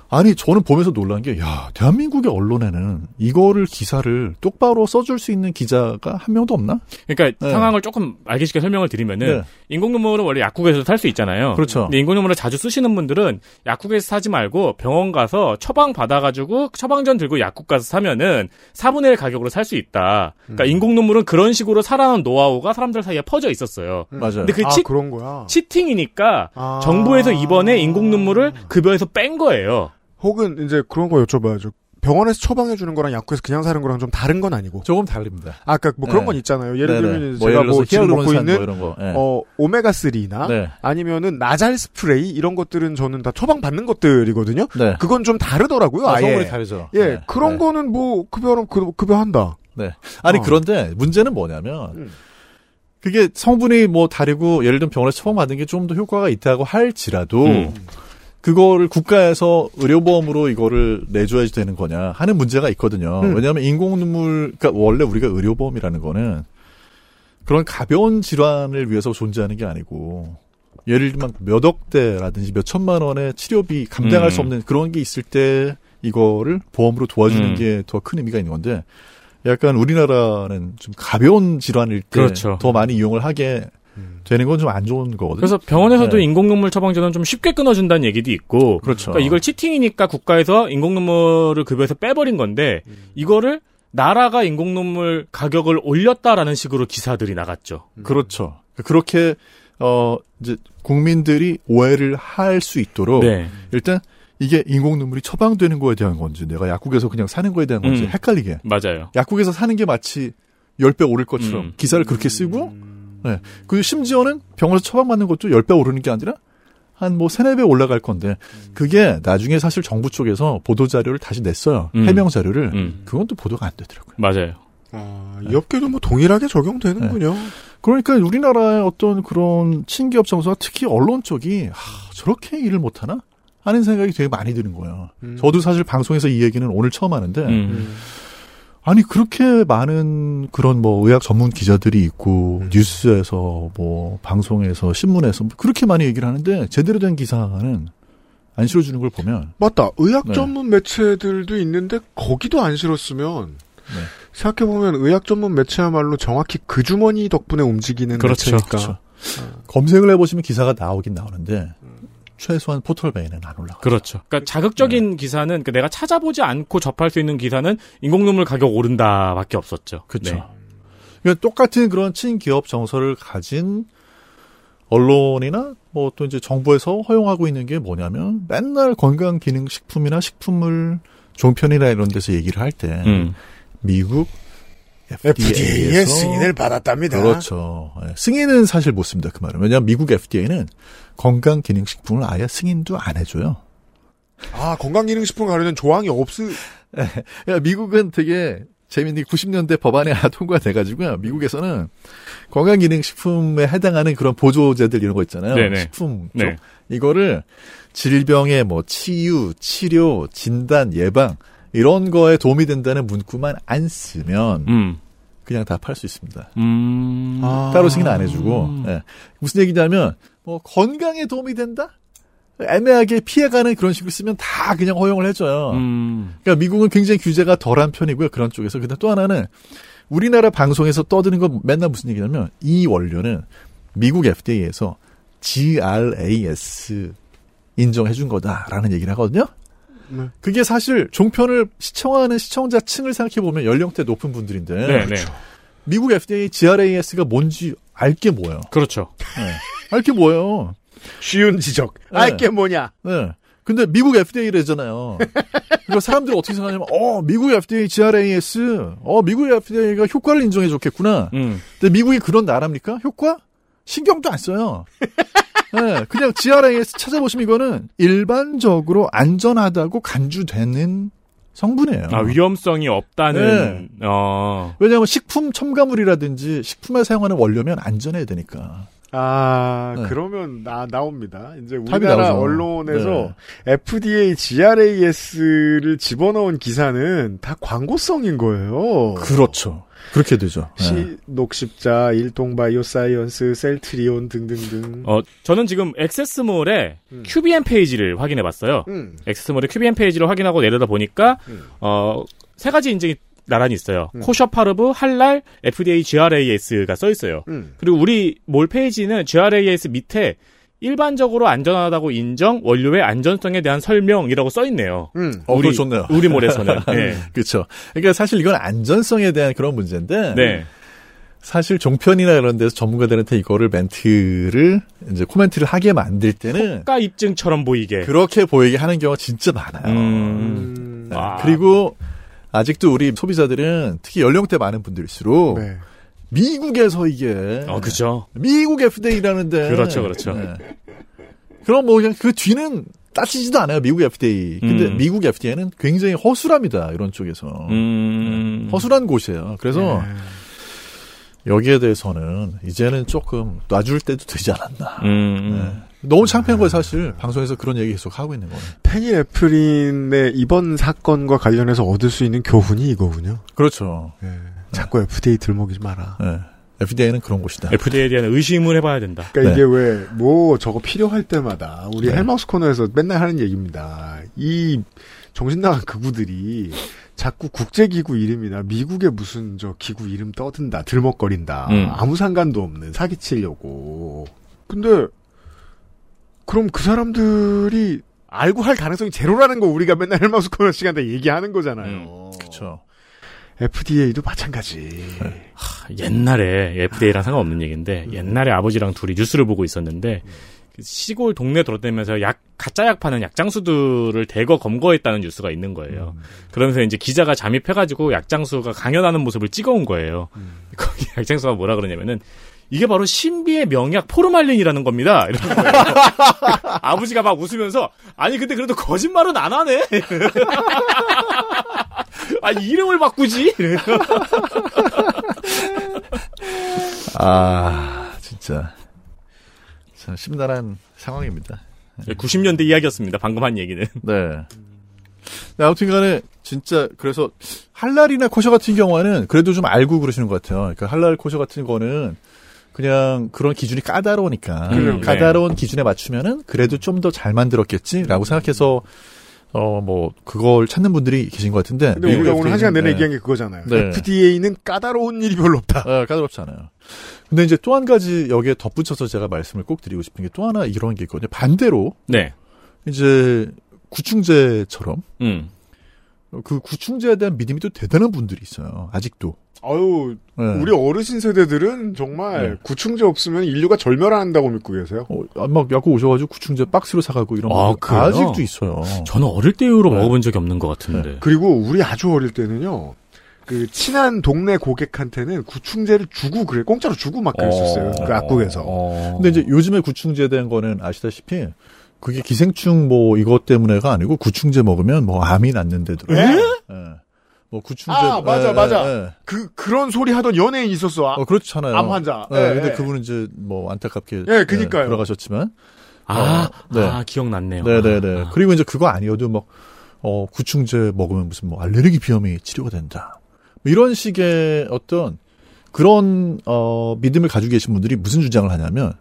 [SPEAKER 9] 아니 저는 보면서 놀란 게 야, 대한민국의 언론에는 이거를 기사를 똑바로 써줄 수 있는 기자가 한 명도 없나?
[SPEAKER 3] 그러니까
[SPEAKER 9] 네.
[SPEAKER 3] 상황을 조금 알기 쉽게 설명을 드리면은
[SPEAKER 9] 네.
[SPEAKER 3] 인공 눈물은 원래 약국에서 살 수 있잖아요. 네.
[SPEAKER 9] 그렇죠.
[SPEAKER 3] 근데 인공 눈물을 자주 쓰시는 분들은 약국에서 사지 말고 병원 가서 처방 받아가지고 처방전 들고 약국 가서 사면은 4분의 1 가격으로 살 수 있다. 그러니까
[SPEAKER 9] 음.
[SPEAKER 3] 인공 눈물은 그런 식으로 살아난 노하우가 사람들 사이에 퍼져 있었어요.
[SPEAKER 9] 맞아요.
[SPEAKER 3] 근데 그게
[SPEAKER 2] 아
[SPEAKER 3] 치,
[SPEAKER 2] 그런 거야.
[SPEAKER 3] 팅이니까
[SPEAKER 2] 아.
[SPEAKER 3] 정부에서 이번에 인공 눈물을 급여에서 뺀 거예요.
[SPEAKER 2] 혹은 이제 그런 거 여쭤봐야죠. 병원에서 처방해 주는 거랑 약국에서 그냥 사는 거랑 좀 다른 건 아니고.
[SPEAKER 9] 조금 다릅니다.
[SPEAKER 2] 아까 뭐 그런
[SPEAKER 9] 네.
[SPEAKER 2] 건 있잖아요. 예를
[SPEAKER 9] 네네.
[SPEAKER 2] 들면
[SPEAKER 9] 뭐
[SPEAKER 2] 제가
[SPEAKER 9] 예를 들어서
[SPEAKER 2] 뭐 지금 먹고
[SPEAKER 9] 히알루론산 뭐
[SPEAKER 2] 있는
[SPEAKER 9] 이런 거. 예.
[SPEAKER 2] 어 오메가 3나
[SPEAKER 9] 네.
[SPEAKER 2] 아니면은 나잘 스프레이 이런 것들은 저는 다 처방 받는 것들이거든요.
[SPEAKER 9] 네.
[SPEAKER 2] 그건 좀 다르더라고요.
[SPEAKER 9] 아,
[SPEAKER 2] 아예.
[SPEAKER 9] 성분이 다르죠.
[SPEAKER 2] 예,
[SPEAKER 9] 네.
[SPEAKER 2] 그런
[SPEAKER 9] 네.
[SPEAKER 2] 거는 뭐 급여는 급- 급여한다.
[SPEAKER 9] 네. 아니
[SPEAKER 2] 어.
[SPEAKER 9] 그런데 문제는 뭐냐면
[SPEAKER 2] 음.
[SPEAKER 9] 그게 성분이 뭐 다르고 예를 들면 병원에서 처음 받은 게 좀 더 효과가 있다고 할지라도
[SPEAKER 3] 음.
[SPEAKER 9] 그거를 국가에서 의료보험으로 이거를 내줘야 되는 거냐 하는 문제가 있거든요.
[SPEAKER 2] 음.
[SPEAKER 9] 왜냐하면 인공 눈물 그러니까 원래 우리가 의료보험이라는 거는 그런 가벼운 질환을 위해서 존재하는 게 아니고 예를 들면 몇 억대라든지 몇 천만 원의 치료비 감당할
[SPEAKER 10] 음.
[SPEAKER 9] 수 없는 그런 게 있을 때 이거를 보험으로 도와주는
[SPEAKER 10] 음.
[SPEAKER 9] 게 더 큰 의미가 있는 건데 약간 우리나라는 좀 가벼운 질환일 때 더
[SPEAKER 3] 그렇죠. 음.
[SPEAKER 9] 많이 이용을 하게 되는 건 좀 안 좋은 거거든요.
[SPEAKER 2] 어,
[SPEAKER 3] 그래서 병원에서도
[SPEAKER 9] 네.
[SPEAKER 3] 인공눈물 처방전은 좀 쉽게 끊어준다는 얘기도 있고,
[SPEAKER 9] 그렇죠.
[SPEAKER 2] 어.
[SPEAKER 3] 러니까 이걸 치팅이니까 국가에서 인공눈물을 급여에서 빼버린 건데,
[SPEAKER 2] 음.
[SPEAKER 3] 이거를 나라가 인공눈물 가격을 올렸다라는 식으로 기사들이 나갔죠.
[SPEAKER 9] 그렇죠. 그렇게 어 이제 국민들이 오해를 할 수
[SPEAKER 2] 뭐.
[SPEAKER 9] 있도록
[SPEAKER 3] 네.
[SPEAKER 9] 일단 이게 인공 눈물이 처방되는 거에 대한 건지 내가 약국에서 그냥 사는 거에 대한 건지
[SPEAKER 3] 음.
[SPEAKER 9] 헷갈리게
[SPEAKER 3] 맞아요.
[SPEAKER 9] 약국에서 사는 게 마치 10배 오를 것처럼
[SPEAKER 3] 음.
[SPEAKER 9] 기사를 그렇게 쓰고 네. 그리고 심지어는 병원에서 처방받는 것도 10배 오르는 게 아니라 한 뭐 세네 배 올라갈 건데 그게 나중에 사실 정부 쪽에서 보도 자료를 다시 냈어요.
[SPEAKER 3] 음.
[SPEAKER 9] 해명 자료를.
[SPEAKER 2] 네.
[SPEAKER 3] 음.
[SPEAKER 9] 그건 또 보도가 안 되더라고요.
[SPEAKER 3] 맞아요.
[SPEAKER 9] 이 업계도 뭐 동일하게 적용되는군요. 그러니까 우리나라의 어떤 그런 신기업 정서가 특히 언론 쪽이 하, 저렇게 일을 못하나 하는 생각이 되게 많이 드는 거예요.
[SPEAKER 2] 음.
[SPEAKER 9] 저도 사실 방송에서 이 얘기는 오늘 처음 하는데
[SPEAKER 2] 네.
[SPEAKER 9] 아니 그렇게 많은 그런 뭐 의학 전문 기자들이 있고
[SPEAKER 3] 음.
[SPEAKER 9] 뉴스에서 뭐 방송에서 신문에서 뭐 그렇게 많이 얘기를 하는데 제대로 된 기사는 안 실어주는 걸 보면
[SPEAKER 2] 맞다. 의학
[SPEAKER 9] 네.
[SPEAKER 2] 전문 매체들도 있는데 거기도 안 실었으면
[SPEAKER 9] 네.
[SPEAKER 2] 생각해보면 의학 전문 매체야말로 정확히 그 주머니 덕분에 움직이는 매체니까.
[SPEAKER 9] 그렇죠. 검색을 해보시면 기사가 나오긴 나오는데 최소한 포털베이는 안 올라.
[SPEAKER 3] 음. 그렇죠.
[SPEAKER 2] 네.
[SPEAKER 3] 그러니까 자극적인 기사는 그러니까 내가 찾아보지 않고 접할 수 있는 기사는 인공눈물 가격 오른다밖에 없었죠. 네.
[SPEAKER 9] 그렇죠. 그러니까 똑같은 그런 친기업 정서를 가진 언론이나 뭐 또 이제 정부에서 허용하고 있는 게 뭐냐면 맨날 건강 기능 식품이나 식품을 종편이나 이런 데서 얘기를 할 때
[SPEAKER 2] 네.
[SPEAKER 3] 음.
[SPEAKER 9] 미국
[SPEAKER 2] FDA 의
[SPEAKER 9] FDA에서
[SPEAKER 2] 승인을 받았답니다.
[SPEAKER 9] 그렇죠. 예, 승인은 사실 못 씁니다. 그 말은 왜냐하면 미국 FDA는 건강 기능 식품을 아예 승인도 안 해줘요.
[SPEAKER 2] 아, 건강기능식품 가려는 조항이 없으,
[SPEAKER 9] 예, 야, 미국은 되게 재밌는 게 90년대 법안에 하나 통과돼가지고요. 미국에서는 건강기능식품에 해당하는 그런 보조제들 이런 거 있잖아요.
[SPEAKER 10] 네네.
[SPEAKER 9] 식품 쪽.
[SPEAKER 10] 네.
[SPEAKER 9] 이거를 질병의 뭐 치유, 치료, 진단, 예방 이런 거에 도움이 된다는 문구만 안 쓰면 그냥 다 팔 수 있습니다. 따로 승인 안 해주고 예. 무슨 얘기냐면 뭐 건강에 도움이 된다? 애매하게 피해가는 그런 식으로 쓰면 다 그냥 허용을 해줘요.
[SPEAKER 4] 음.
[SPEAKER 9] 그러니까 미국은 굉장히 규제가 덜한 편이고요. 그런 쪽에서. 근데 또 하나는 우리나라 방송에서 떠드는 건 맨날 무슨 얘기냐면 이 원료는 미국 FDA에서 GRAS 인정해준 거다라는 얘기를 하거든요.
[SPEAKER 2] 네.
[SPEAKER 9] 그게 사실 종편을 시청하는 시청자 층을 생각해 보면 연령대 높은 분들인데
[SPEAKER 3] 네, 네.
[SPEAKER 9] 미국 FDA GRAS가 뭔지 알게 뭐예요.
[SPEAKER 3] 그렇죠.
[SPEAKER 9] 알게 뭐예요.
[SPEAKER 2] 쉬운 지적. 알게 뭐냐.
[SPEAKER 9] 네. 근데 미국 FDA래잖아요. 그러니까 사람들이 어떻게 생각하냐면, 어, 미국 FDA GRAS, 어, 미국 FDA가 효과를 인정해 줬겠구나. 근데 미국이 그런 나라입니까? 효과? 신경도 안 써요. 네, 그냥 GRAS 찾아보시면 이거는 일반적으로 안전하다고 간주되는 성분이에요.
[SPEAKER 3] 아, 위험성이 없다는 어.
[SPEAKER 9] 왜냐하면 식품 첨가물이라든지 식품에 사용하는 원료면 안전해야 되니까.
[SPEAKER 2] 아,
[SPEAKER 9] 네.
[SPEAKER 2] 그러면 나, 나옵니다. 이제
[SPEAKER 9] 탑이
[SPEAKER 2] 우리나라
[SPEAKER 9] 나오죠. 네.
[SPEAKER 2] 언론에서 FDA GRAS를 집어넣은 기사는 다 광고성인 거예요.
[SPEAKER 9] 그렇죠. 그렇게 되죠. 네.
[SPEAKER 2] 시, 녹십자, 일동바이오사이언스, 셀트리온 등등등.
[SPEAKER 3] 어, 저는 지금 액세스몰의 QBN 페이지를 확인해 봤어요.
[SPEAKER 2] 음.
[SPEAKER 3] 액세스몰의 QBN 페이지를 확인하고 내려다 보니까 어, 세 가지 인증이 나란히 있어요. 코셔파르브, 할랄, FDA GRAS가 써 있어요. 그리고 우리 몰 페이지는 GRAS 밑에 일반적으로 안전하다고 인정, 원료의 안전성에 대한 설명이라고 써 있네요.
[SPEAKER 9] 어,
[SPEAKER 3] 우리
[SPEAKER 9] 그거 좋네요.
[SPEAKER 3] 우리 몰에서는. 예.
[SPEAKER 9] 그렇죠. 그러니까 사실 이건 안전성에 대한 그런 문제인데
[SPEAKER 3] 네.
[SPEAKER 9] 사실 종편이나 이런 데서 전문가들한테 이거를 멘트를 이제 코멘트를 하게 만들 때는
[SPEAKER 3] 효과 입증처럼 보이게.
[SPEAKER 9] 그렇게 보이게 하는 경우가 진짜 많아요.
[SPEAKER 3] 음.
[SPEAKER 2] 음.
[SPEAKER 9] 네.
[SPEAKER 3] 아.
[SPEAKER 9] 그리고 아직도 우리 소비자들은 특히 연령대 많은 분들일수록
[SPEAKER 2] 네.
[SPEAKER 9] 미국에서 이게
[SPEAKER 3] 어, 네. 그죠.
[SPEAKER 9] 미국 FDA라는데 네.
[SPEAKER 3] 그렇죠, 그렇죠.
[SPEAKER 9] 그럼 뭐 그냥 그 뒤는 따지지도 않아요 미국 FDA. 근데
[SPEAKER 3] 음.
[SPEAKER 9] 미국 FDA는 굉장히 허술합니다 이런 쪽에서
[SPEAKER 3] 음.
[SPEAKER 9] 네. 음. 허술한 곳이에요. 그래서 여기에 대해서는 이제는 조금 놔줄 때도 되지 않았나.
[SPEAKER 3] 음,
[SPEAKER 9] 네. 너무 창피한 거예요 사실 방송에서 그런 얘기 계속 하고 있는 거예요.
[SPEAKER 2] 페니 애플린의 이번 사건과
[SPEAKER 9] 네.
[SPEAKER 2] 관련해서 얻을 수 있는 교훈이 이거군요.
[SPEAKER 9] 그렇죠.
[SPEAKER 2] 자꾸 FDA 들먹이지 마라.
[SPEAKER 9] 네. FDA는 그런 곳이다.
[SPEAKER 3] FDA에 대한 의심을 해봐야 된다.
[SPEAKER 2] 그러니까 이게
[SPEAKER 9] 네.
[SPEAKER 2] 왜 뭐 저거 필요할 때마다 우리 헬마우스 코너에서 맨날 하는 얘기입니다. 이 정신 나간 극우들이 자꾸 국제기구 이름이나 미국의 무슨 저 기구 이름 떠든다, 들먹거린다.
[SPEAKER 10] 음.
[SPEAKER 2] 아무 상관도 없는 사기치려고. 근데 그럼 그 사람들이 알고 할 가능성이 제로라는 거 우리가 맨날 헬마우스 코너 시간에 얘기하는 거잖아요.
[SPEAKER 9] 그렇죠.
[SPEAKER 2] FDA도 마찬가지.
[SPEAKER 9] 네.
[SPEAKER 3] 옛날에 FDA랑 상관없는 얘기인데 옛날에 아버지랑 둘이 뉴스를 보고 있었는데 그 시골 동네 돌아다니면서 약 가짜 약 파는 약장수들을 대거 검거했다는 뉴스가 있는 거예요. 그러면서 이제 기자가 잠입해가지고 약장수가 강연하는 모습을 찍어온 거예요. [laughs] 거기 약장수가 뭐라 그러냐면은 이게 바로 신비의 명약 포르말린이라는 겁니다. [laughs] 이런 거예요. 아버지가 막 웃으면서 아니 근데 그래도 거짓말은 안 하네. [laughs] 아니 이름을 바꾸지. 이래요.
[SPEAKER 9] 아, 진짜. 참 심란한 상황입니다.
[SPEAKER 3] 90년대 이야기였습니다. 방금 한 얘기는.
[SPEAKER 9] 네. 네, 아무튼 간에, 진짜, 그래서, 할랄이나 코셔 같은 경우는 그래도 좀 알고 그러시는 것 같아요. 그러니까 할랄 코셔 같은 거는 그냥 그런 기준이 까다로우니까.
[SPEAKER 10] 음,
[SPEAKER 9] 까다로운 기준에 맞추면은 그래도 좀 더 잘 만들었겠지라고 생각해서, 어, 뭐, 그걸 찾는 분들이 계신 것 같은데.
[SPEAKER 2] 근데 우리가
[SPEAKER 9] 미국에
[SPEAKER 2] 오늘 한 시간 내내
[SPEAKER 9] 네.
[SPEAKER 2] 얘기한 게 그거잖아요.
[SPEAKER 9] 네.
[SPEAKER 2] FDA는 까다로운 일이 별로 없다.
[SPEAKER 9] 네, 까다롭지 않아요. 근데 이제 또 한 가지 여기에 덧붙여서 제가 말씀을 꼭 드리고 싶은 게 또 하나 이런 게 있거든요. 반대로
[SPEAKER 3] 네.
[SPEAKER 9] 이제 구충제처럼
[SPEAKER 3] 음.
[SPEAKER 9] 그 구충제에 대한 믿음이 또 대단한 분들이 있어요. 아직도.
[SPEAKER 2] 아유,
[SPEAKER 9] 네.
[SPEAKER 2] 우리 어르신 세대들은 정말
[SPEAKER 9] 네.
[SPEAKER 2] 구충제 없으면 인류가 절멸한다고 믿고 계세요.
[SPEAKER 9] 아, 막 약국 오셔가지고 구충제 박스로 사가고 이런
[SPEAKER 3] 아,
[SPEAKER 9] 분들
[SPEAKER 3] 그래요?
[SPEAKER 9] 아직도 있어요.
[SPEAKER 3] 저는 어릴 때 이후로 먹어본 적이 없는 것 같은데.
[SPEAKER 2] 그리고 우리 아주 어릴 때는요. 그 친한 동네 고객한테는 구충제를 주고 그래 공짜로 주고 막 그랬었어요. 그 악국에서.
[SPEAKER 9] 근데 이제 요즘에 구충제에 대한 거는 아시다시피 그게 기생충 뭐 이것 때문에가 아니고 구충제 먹으면 뭐 암이 났는데도. 뭐 구충제.
[SPEAKER 2] 아 맞아
[SPEAKER 9] 예,
[SPEAKER 2] 맞아.
[SPEAKER 9] 예, 예.
[SPEAKER 2] 그 그런 소리 하던 연예인 있었어. 아,
[SPEAKER 9] 어, 그렇잖아요.
[SPEAKER 2] 암 환자.
[SPEAKER 9] 네,
[SPEAKER 2] 예,
[SPEAKER 9] 근데
[SPEAKER 2] 예.
[SPEAKER 9] 그분은 이제 뭐 안타깝게
[SPEAKER 2] 예,
[SPEAKER 9] 네,
[SPEAKER 2] 그니까요.
[SPEAKER 9] 돌아가셨지만.
[SPEAKER 3] 아,
[SPEAKER 9] 어, 네.
[SPEAKER 3] 아, 기억났네요.
[SPEAKER 9] 네네네. 그리고 이제 그거 아니어도 막 어, 구충제 먹으면 무슨 뭐 알레르기 비염이 치료가 된다. 뭐 이런 식의 어떤 그런 어 믿음을 가지고 계신 분들이 무슨 주장을 하냐면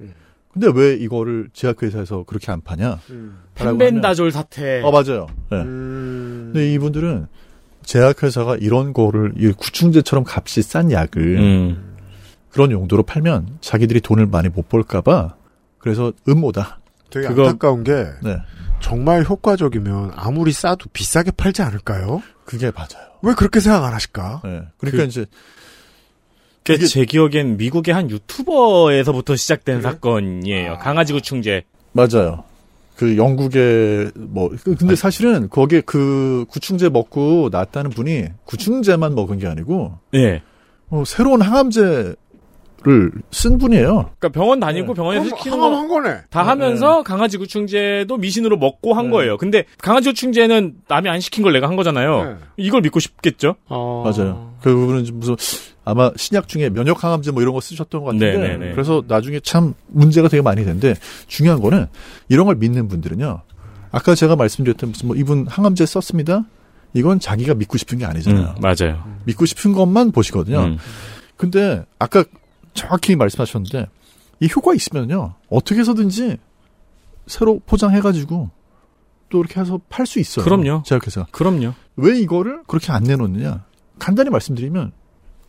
[SPEAKER 9] 근데 왜 이거를 제약회사에서 그렇게 안 파냐?
[SPEAKER 2] 음.
[SPEAKER 3] 아, 펜벤다졸 사태.
[SPEAKER 9] 어 맞아요. 네.
[SPEAKER 2] 음.
[SPEAKER 9] 근데 이분들은 제약회사가 이런 거를 이 구충제처럼 값이 싼 약을
[SPEAKER 3] 음.
[SPEAKER 9] 그런 용도로 팔면 자기들이 돈을 많이 못 벌까봐 그래서 음모다.
[SPEAKER 2] 되게
[SPEAKER 9] 그거-
[SPEAKER 2] 안타까운 게
[SPEAKER 9] 네.
[SPEAKER 2] 정말 효과적이면 아무리 싸도 비싸게 팔지 않을까요?
[SPEAKER 9] 그게 맞아요.
[SPEAKER 2] 왜 그렇게 생각 안 하실까?
[SPEAKER 9] 그러니까
[SPEAKER 3] 그-
[SPEAKER 9] 이제
[SPEAKER 3] 그게 제 기억엔 미국의 한 유튜버에서부터 시작된 사건이에요. 강아지 구충제.
[SPEAKER 9] 맞아요. 그 영국의 뭐 그- 근데 사실은 거기에 그 구충제 먹고 낫다는 분이 구충제만 먹은 게 아니고
[SPEAKER 3] 예.
[SPEAKER 9] 어, 새로운 항암제를 쓴 분이에요.
[SPEAKER 3] 그러니까 병원 다니고
[SPEAKER 9] 네.
[SPEAKER 3] 병원에서
[SPEAKER 2] 그럼
[SPEAKER 3] 시키는
[SPEAKER 2] 어, 항암
[SPEAKER 3] 거
[SPEAKER 2] 한 거네.
[SPEAKER 3] 다 하면서 강아지 구충제도 미신으로 먹고 한 거예요. 근데 강아지 구충제는 남이 안 시킨 걸 내가 한 거잖아요. 이걸 믿고 싶겠죠?
[SPEAKER 9] 맞아요. 그 부분은 좀 무슨 아마 신약 중에 면역 항암제 뭐 이런 거 쓰셨던 것 같은데
[SPEAKER 3] 네네네.
[SPEAKER 9] 그래서 나중에 참 문제가 되게 많이 되는데 중요한 거는 이런 걸 믿는 분들은요. 아까 제가 말씀드렸던 무슨 뭐 이분 항암제 썼습니다. 이건 자기가 믿고 싶은 게 아니잖아요.
[SPEAKER 3] 음, 맞아요.
[SPEAKER 9] 믿고 싶은 것만 보시거든요.
[SPEAKER 3] 음.
[SPEAKER 9] 근데 아까 정확히 말씀하셨는데 이 효과 있으면요 어떻게 해서든지 새로 포장해가지고 또 이렇게 해서 팔 수 있어요.
[SPEAKER 3] 그럼요.
[SPEAKER 9] 제약회사.
[SPEAKER 3] 그럼요.
[SPEAKER 9] 왜 이거를 그렇게 안 내놓느냐? 간단히 말씀드리면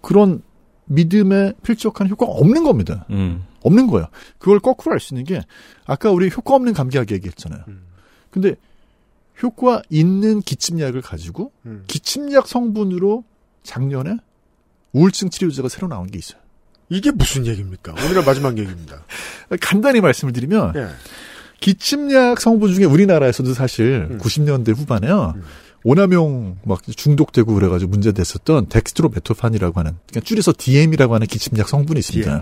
[SPEAKER 9] 그런 믿음에 필적한 효과가 없는 겁니다.
[SPEAKER 3] 음.
[SPEAKER 9] 없는 거예요. 그걸 거꾸로 알 수 있는 게 아까 우리 효과 없는 감기약 얘기했잖아요. 근데 효과 있는 기침약을 가지고 기침약 성분으로 작년에 우울증 치료제가 새로 나온 게 있어요.
[SPEAKER 2] 이게 무슨 얘기입니까? 오늘의 마지막 얘기입니다. 예.
[SPEAKER 9] 간단히 말씀을 드리면
[SPEAKER 2] 네.
[SPEAKER 9] 기침약 성분 중에 우리나라에서도 사실
[SPEAKER 2] 음.
[SPEAKER 9] 90년대 후반에요. 오남용 막 중독되고 그래가지고 문제됐었던 덱스트로메토판이라고 하는 그러니까 줄여서 DM이라고 하는 기침약 성분이 있습니다.
[SPEAKER 2] 예.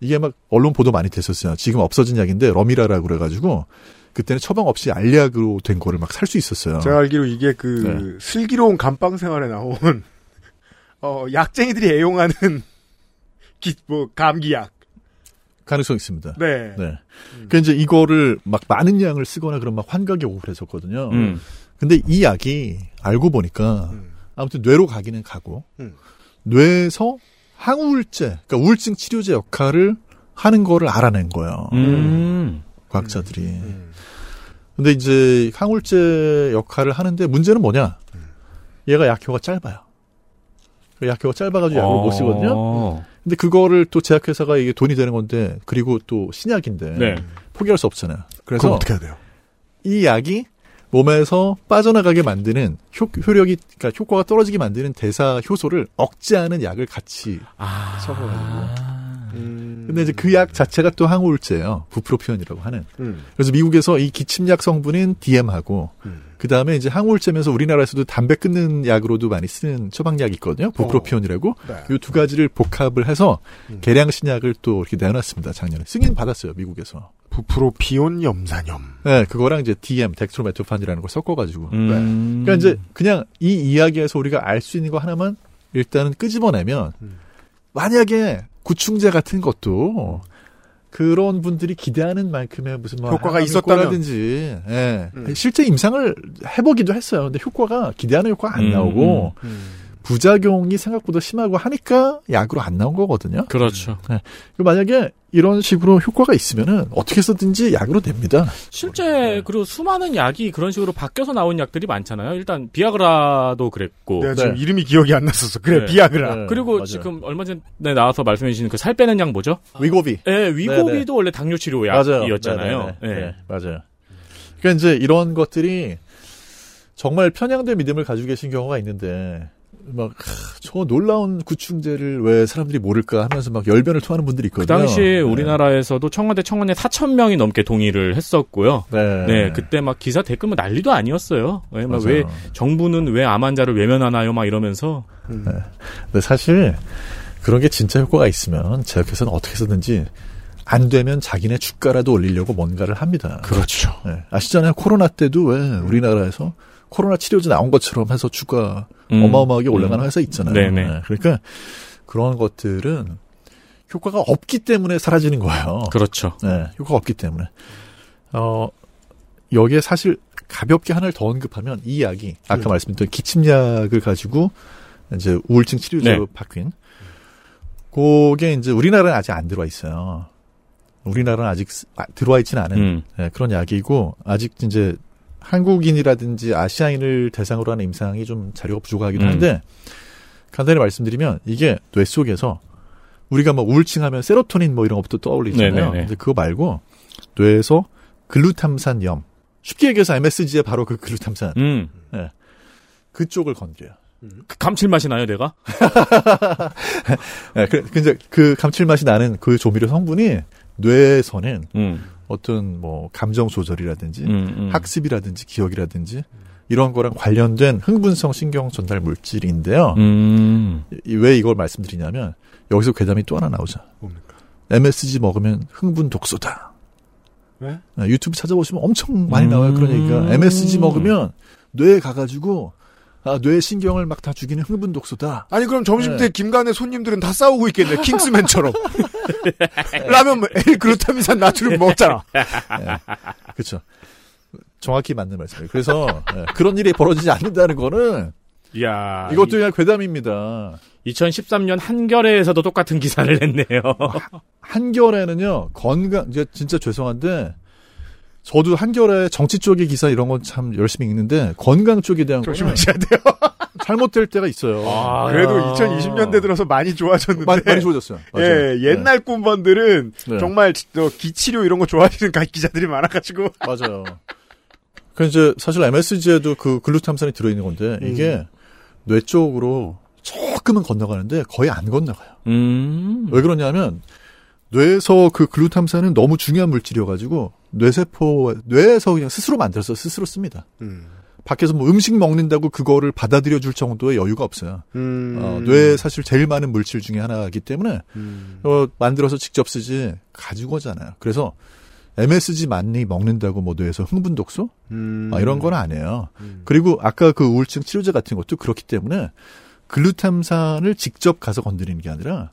[SPEAKER 9] 이게 막 언론 보도 많이 됐었어요. 지금 없어진 약인데 러미라라고 그래가지고 그때는 처방 없이 알약으로 된 거를 막 살 수 있었어요. 네.
[SPEAKER 2] 제가 알기로 이게 그 슬기로운 감방 생활에 나온 [laughs] 어, 약쟁이들이 애용하는 [laughs] 기, 뭐 감기약.
[SPEAKER 9] 가능성 있습니다.
[SPEAKER 2] 네.
[SPEAKER 9] 네. 그 이제 이거를 막 많은 양을 쓰거나 그런 막 환각이 오고 그랬었거든요.
[SPEAKER 10] 음.
[SPEAKER 9] 근데 이 음. 약이 알고 보니까 아무튼 뇌로 가기는 가고
[SPEAKER 2] 음.
[SPEAKER 9] 뇌에서 항우울제, 그러니까 우울증 치료제 역할을 하는 거를 알아낸 거예요.
[SPEAKER 3] 음.
[SPEAKER 9] 과학자들이. 근데 이제 항울제 역할을 하는데 문제는 뭐냐? 얘가 약효가 짧아요. 그 약효가 짧아가지고 약을
[SPEAKER 3] 어.
[SPEAKER 9] 못 쓰거든요. 근데 그거를 또 제약회사가 이게 돈이 되는 건데 그리고 또 신약인데
[SPEAKER 3] 네.
[SPEAKER 9] 포기할 수 없잖아요. 그래서
[SPEAKER 2] 그럼 어떻게 해야 돼요?
[SPEAKER 9] 이 약이 몸에서 빠져나가게 만드는 효, 효력이 그러니까 효과가 떨어지게 만드는 대사 효소를 억제하는 약을 같이 섞어가지고. 근데 이제 그 약 자체가 또 항우울제예요. 부프로피온이라고 하는.
[SPEAKER 2] 음.
[SPEAKER 9] 그래서 미국에서 이 기침약 성분인 DM하고 그 다음에 이제 항우울제면서 우리나라에서도 담배 끊는 약으로도 많이 쓰는 처방약이 있거든요. 부프로피온이라고 이 두 가지를 복합을 해서 계량 신약을 또 이렇게 내놨습니다. 작년에 승인 받았어요. 미국에서.
[SPEAKER 2] 부프로피온 염산염.
[SPEAKER 9] 네, 그거랑 이제 DM 덱트로메토판이라는 걸 섞어가지고.
[SPEAKER 2] 음.
[SPEAKER 9] 네. 그러니까 이제 그냥 이 이야기에서 우리가 알 수 있는 거 하나만 일단은 끄집어내면
[SPEAKER 2] 음.
[SPEAKER 9] 만약에 구충제 같은 것도 그런 분들이 기대하는 만큼의 무슨 뭐
[SPEAKER 2] 효과가
[SPEAKER 9] 항암
[SPEAKER 2] 있었다면. 음.
[SPEAKER 9] 효과라든지 예. 실제 임상을 해보기도 했어요. 근데 효과가 기대하는 효과 가안
[SPEAKER 3] 음,
[SPEAKER 9] 나오고 부작용이 생각보다 심하고 하니까 약으로 안 나온 거거든요.
[SPEAKER 3] 그렇죠.
[SPEAKER 9] 예. 그리고 만약에 이런 식으로 효과가 있으면은 어떻게 써든지 약으로 됩니다.
[SPEAKER 3] 실제 그리고 수많은 약이 그런 식으로 바뀌어서 나온 약들이 많잖아요. 일단 비아그라도 그랬고.
[SPEAKER 9] 네.
[SPEAKER 2] 내가 지금 이름이 기억이 안 났었어. 그래, 비아그라.
[SPEAKER 3] 그리고 지금 얼마 전에 나와서 말씀해 주신 그 살 빼는 약 뭐죠?
[SPEAKER 9] 위고비.
[SPEAKER 3] 예, 위고비도
[SPEAKER 9] 네네.
[SPEAKER 3] 원래 당뇨 치료
[SPEAKER 9] 맞아요.
[SPEAKER 3] 약이었잖아요.
[SPEAKER 9] 네네네.
[SPEAKER 3] 예.
[SPEAKER 9] 네, 맞아요. 그러니까 이제 이런 것들이 정말 편향된 믿음을 가지고 계신 경우가 있는데 막 저 놀라운 구충제를 왜 사람들이 모를까 하면서 막 열변을 토하는 분들이
[SPEAKER 3] 그
[SPEAKER 9] 있거든요.
[SPEAKER 3] 당시에
[SPEAKER 9] 네.
[SPEAKER 3] 우리나라에서도 청와대 청원에 4천 명이 넘게 동의를 했었고요.
[SPEAKER 9] 네.
[SPEAKER 3] 그때 막 기사 댓글 뭐 난리도 아니었어요. 예, 막
[SPEAKER 9] 맞아요.
[SPEAKER 3] 왜 정부는 왜 암 환자를 외면하나요? 막 이러면서
[SPEAKER 9] 근데 사실 그런 게 진짜 효과가 있으면 제약회사는 어떻게 쓰든지 안 되면 자기네 주가라도 올리려고 뭔가를 합니다.
[SPEAKER 2] 그렇죠.
[SPEAKER 9] 네. 아시잖아요. 코로나 때도 왜 우리나라에서 코로나 치료제 나온 것처럼 해서 주가
[SPEAKER 2] 음.
[SPEAKER 9] 어마어마하게 올라가는
[SPEAKER 2] 음.
[SPEAKER 9] 회사 있잖아요.
[SPEAKER 2] 네네.
[SPEAKER 9] 그러니까 그런 것들은 효과가 없기 때문에 사라지는 거예요.
[SPEAKER 3] 그렇죠.
[SPEAKER 9] 네, 효과가 없기 때문에. 어, 여기에 사실 가볍게 하나를 더 언급하면 이 약이
[SPEAKER 2] 음.
[SPEAKER 9] 아까 말씀드린 기침약을 가지고 이제 우울증 치료제로
[SPEAKER 2] 네.
[SPEAKER 9] 바뀐 그게 이제 우리나라는 아직 안 들어와 있어요. 우리나라는 아직 쓰- 아, 들어와 있지는 않은
[SPEAKER 3] 음.
[SPEAKER 9] 예, 그런 약이고 아직 이제 한국인이라든지 아시아인을 대상으로 하는 임상이 좀 자료가 부족하기도
[SPEAKER 10] 음.
[SPEAKER 9] 한데 간단히 말씀드리면 이게 뇌 속에서 우리가 막 우울증하면 세로토닌 뭐 이런 것부터 떠올리잖아요.
[SPEAKER 10] 네네네.
[SPEAKER 9] 근데 그거 말고 뇌에서 글루탐산염 쉽게 얘기해서 MSG의 바로 그 글루탐산
[SPEAKER 3] 음.
[SPEAKER 9] 예. 그쪽을 건드려요.
[SPEAKER 3] 그 감칠맛이 나요, 내가?
[SPEAKER 10] 네,
[SPEAKER 9] 예, 그래, 근데 그 감칠맛이 나는 그 조미료 성분이 뇌에서는 어떤 뭐 감정 조절이라든지
[SPEAKER 3] 음, 음.
[SPEAKER 9] 네. 학습이라든지 기억이라든지 이런 거랑 관련된 흥분성 신경 전달 물질인데요.
[SPEAKER 3] 음.
[SPEAKER 9] 이- 왜 이걸 말씀드리냐면 여기서 괴담이 또 하나 나오죠.
[SPEAKER 2] 뭡니까?
[SPEAKER 9] MSG 먹으면 흥분 독소다.
[SPEAKER 2] 왜?
[SPEAKER 9] 네, 유튜브 찾아보시면 엄청 많이 나와요. 그런 얘기가 MSG 먹으면 뇌에 가가지고 아, 뇌 신경을 막 다 죽이는 흥분 독소다.
[SPEAKER 2] 아니, 그럼 점심 때
[SPEAKER 9] 네.
[SPEAKER 2] 김간의 손님들은 다 싸우고 있겠네.
[SPEAKER 9] [laughs]
[SPEAKER 2] 킹스맨처럼. 라면, [laughs] 뭐, 에이, 글루타민산 나트륨
[SPEAKER 9] [laughs]
[SPEAKER 2] 먹잖아.
[SPEAKER 9] 그렇죠. 정확히 맞는 말씀이에요. 그래서 예, 그런 일이 벌어지지 않는다는 거는
[SPEAKER 2] 아,
[SPEAKER 3] 이야.
[SPEAKER 9] 이것도 그냥 괴담입니다.
[SPEAKER 3] 2013년 한겨레에서도 똑같은 기사를 [laughs] 냈네요.
[SPEAKER 9] 한겨레는요 건강 이제 진짜 죄송한데 저도 한겨레 정치 쪽의 기사 이런 건 참 열심히 읽는데 건강 쪽에 대한 거
[SPEAKER 2] 조심하셔야 아,
[SPEAKER 9] 돼요. [laughs] 잘못될 때가 있어요.
[SPEAKER 2] 그래도 2020년대 들어서 많이 좋아졌는데.
[SPEAKER 9] 아. 많이- 많이 좋아졌어요. 맞아요.
[SPEAKER 2] 예, 옛날 꿈번들은
[SPEAKER 9] 네.
[SPEAKER 2] 정말 지- 저 기치료 이런 거 좋아하시는 가- 기자들이 많아가지고.
[SPEAKER 9] 맞아요. 그 이제 사실 MSG에도 그 글루탐산이 들어있는 건데
[SPEAKER 2] 음.
[SPEAKER 9] 이게 뇌 쪽으로 조금은 건너가는데 거의 안 건너가요.
[SPEAKER 3] 음.
[SPEAKER 2] 음.
[SPEAKER 9] 왜 그러냐면 뇌에서 그 글루탐산은 너무 중요한 물질이어가지고 뇌세포 뇌에서 그냥 스스로 만들어서 스스로 씁니다. 밖에서 뭐 음식 먹는다고 그거를 받아들여 줄 정도의 여유가 없어요. 어, 뇌에 사실 제일 많은 물질 중에 하나이기 때문에 어, 만들어서 직접 쓰지 가지고 오잖아요. 그래서 MSG 많이 먹는다고 뭐 뇌에서 흥분 독소 아, 이런 건 아니에요. 그리고 아까 그 우울증 치료제 같은 것도 그렇기 때문에 글루탐산을 직접 가서 건드리는 게 아니라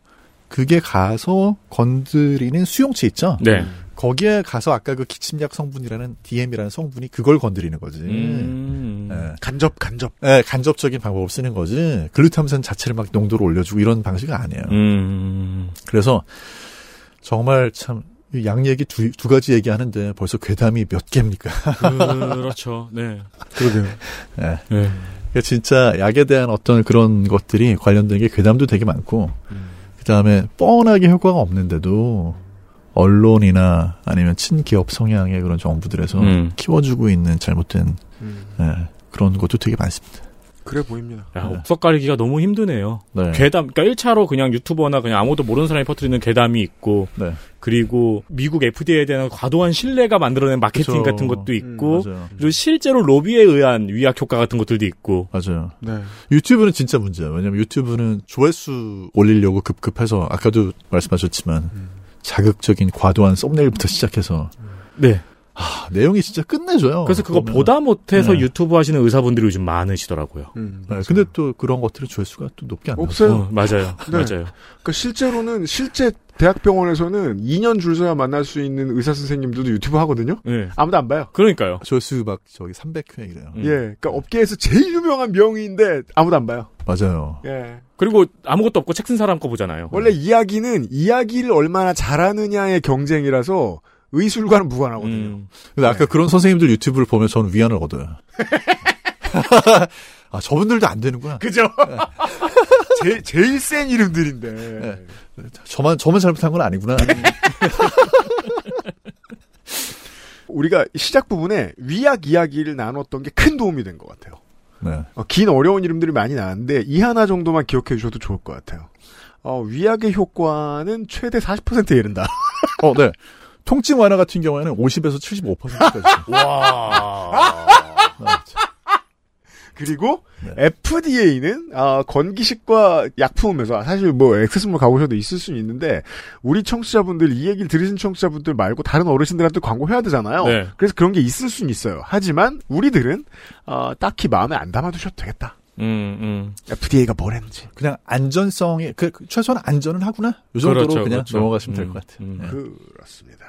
[SPEAKER 9] 그게 가서 건드리는 수용체 있죠.
[SPEAKER 3] 네.
[SPEAKER 9] 거기에 가서 아까 그 기침약 성분이라는 DM이라는 성분이 그걸 건드리는 거지. 음.
[SPEAKER 2] 네. 간접, 간접.
[SPEAKER 9] 네, 간접적인 방법을 쓰는 거지. 글루탐산 자체를 막 농도를 올려주고 이런 방식이 아니에요. 음. 그래서 정말 참. 양 얘기 두, 두 가지 얘기하는데 벌써 괴담이 몇 개입니까? [laughs]
[SPEAKER 3] 그렇죠. 네.
[SPEAKER 9] 그러게요. 네. 네. 진짜 약에 대한 어떤 그런 것들이 관련된 게 괴담도 되게 많고, 음. 그 다음에 뻔하게 효과가 없는데도 언론이나 아니면 친기업 성향의 그런 정부들에서 음. 키워주고 있는 잘못된 음. 네, 그런 것도 되게 많습니다.
[SPEAKER 2] 그래 보입니다.
[SPEAKER 3] 야, 네. 옥석 가리기가 너무 힘드네요. 네. 괴담, 그러니까 1차로 그냥 유튜버나 그냥 아무도 모르는 사람이 퍼뜨리는 괴담이 있고, 네. 그리고 미국 FDA에 대한 과도한 신뢰가 만들어낸 마케팅 그쵸. 같은 것도 있고, 그렇죠. 음, 그리고 실제로 로비에 의한 위약 효과 같은 것들도 있고.
[SPEAKER 9] 맞아요. 유튜브는 진짜 문제야. 왜냐면 하 유튜브는 조회수 올리려고 급급해서, 아까도 말씀하셨지만, 음. 자극적인 과도한 썸네일부터 시작해서, 네. 하, 내용이 진짜 끝내줘요.
[SPEAKER 3] 그래서 그거 그러면. 보다 못해서 네. 유튜브 하시는 의사분들이 요즘 많으시더라고요.
[SPEAKER 9] 음, 네, 근데 또 그런 것들은 조회수가 또 높게 안
[SPEAKER 2] 그렇죠. 없어요.
[SPEAKER 3] 어, 맞아요. 네. 맞아요.
[SPEAKER 2] 그러니까 실제로는 실제 대학병원에서는 2년 줄 서야 만날 수 있는 의사 선생님들도 유튜브 하거든요. 네. 아무도 안 봐요.
[SPEAKER 3] 그러니까요.
[SPEAKER 9] 조회수 막 저기 300회 이래요.
[SPEAKER 2] 음. 예, 그러니까 업계에서 제일 유명한 명의인데 아무도 안 봐요.
[SPEAKER 9] 맞아요.
[SPEAKER 2] 예.
[SPEAKER 3] 그리고 아무것도 없고 책 쓴 사람 거 보잖아요.
[SPEAKER 2] 원래 이야기는 이야기를 얼마나 잘하느냐의 경쟁이라서 의술과는 무관하거든요. 음.
[SPEAKER 9] 근데 아까 네. 그런 선생님들 유튜브를 보면 저는 위안을 얻어요. [laughs] 아, 저분들도 안 되는구나.
[SPEAKER 2] 그죠? 제, 제일 센 이름들인데. 네.
[SPEAKER 9] 저만, 저만 잘못한 건 아니구나.
[SPEAKER 2] 우리가 시작 부분에 위약 이야기를 나눴던 게 큰 도움이 된 것 같아요. 네. 어, 긴 어려운 이름들이 많이 나왔는데, 이 하나 정도만 기억해 주셔도 좋을 것 같아요. 어, 위약의 효과는 최대 40%에 이른다. [laughs]
[SPEAKER 9] 어, 네. 통증 완화 같은 경우에는 50에서 75%까지. [laughs] 어, 와.
[SPEAKER 2] 그리고 네. FDA는 아, 건기식과 약품에서 사실 뭐 액세스몰 가보셔도 있을 수는 있는데 우리 청취자분들 이 얘기를 들으신 청취자분들 말고 다른 어르신들한테 광고해야 되잖아요. 네. 그래서 그런 게 있을 수는 있어요. 하지만 우리들은 어, 딱히 마음에 안 담아두셔도 되겠다. 음, 음. FDA가 뭘 했는지.
[SPEAKER 9] 그냥 안전성이, 그, 최소한 안전은 하구나? 요 정도로 그렇죠, 그냥 그렇죠. 넘어가시면 음, 될것 같아요. 음.
[SPEAKER 2] 네. 그렇습니다.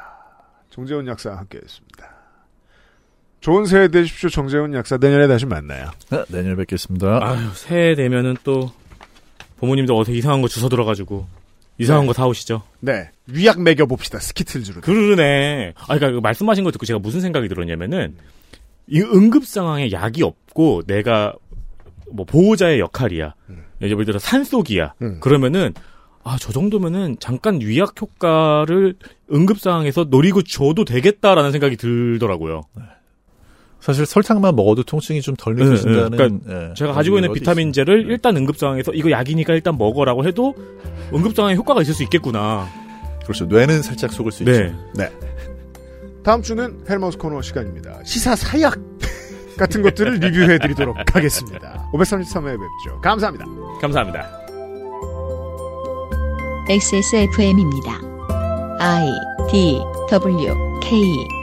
[SPEAKER 2] 정재훈 약사 함께 했습니다. 좋은 새해 되십시오, 정재훈 약사. 내년에 다시 만나요.
[SPEAKER 9] 네, 내년에 뵙겠습니다.
[SPEAKER 3] 아유, 새해 되면은 또, 부모님도 어떻게 이상한 거 주워 들어가지고, 이상한 네. 거 사오시죠?
[SPEAKER 2] 네. 위약 매겨봅시다, 스키틀즈로.
[SPEAKER 3] 그러네. 아, 그니까 말씀하신 거 듣고 제가 무슨 생각이 들었냐면은, 이 응급 상황에 약이 없고, 내가 뭐 보호자의 역할이야. 음. 예를 들어 산속이야. 음. 그러면은 아 저 정도면은 잠깐 위약 효과를 응급 상황에서 노리고 줘도 되겠다라는 생각이 들더라고요.
[SPEAKER 9] 사실 설탕만 먹어도 통증이 좀 덜 느껴진다는. 네, 네. 그러니까
[SPEAKER 3] 네, 제가 가지고 있는 비타민제를 일단 응급 상황에서 이거 약이니까 일단 먹어라고 해도 응급 상황에 효과가 있을 수 있겠구나.
[SPEAKER 9] 그렇죠. 뇌는 살짝 속을 수 있죠.
[SPEAKER 2] 네. 다음 주는 헬마우스 코너 시간입니다. 시사 사약. 같은 것들을 [laughs] 리뷰해드리도록 하겠습니다. 533회 뵙죠. 감사합니다.
[SPEAKER 3] 감사합니다.
[SPEAKER 8] XSFM입니다. I D W K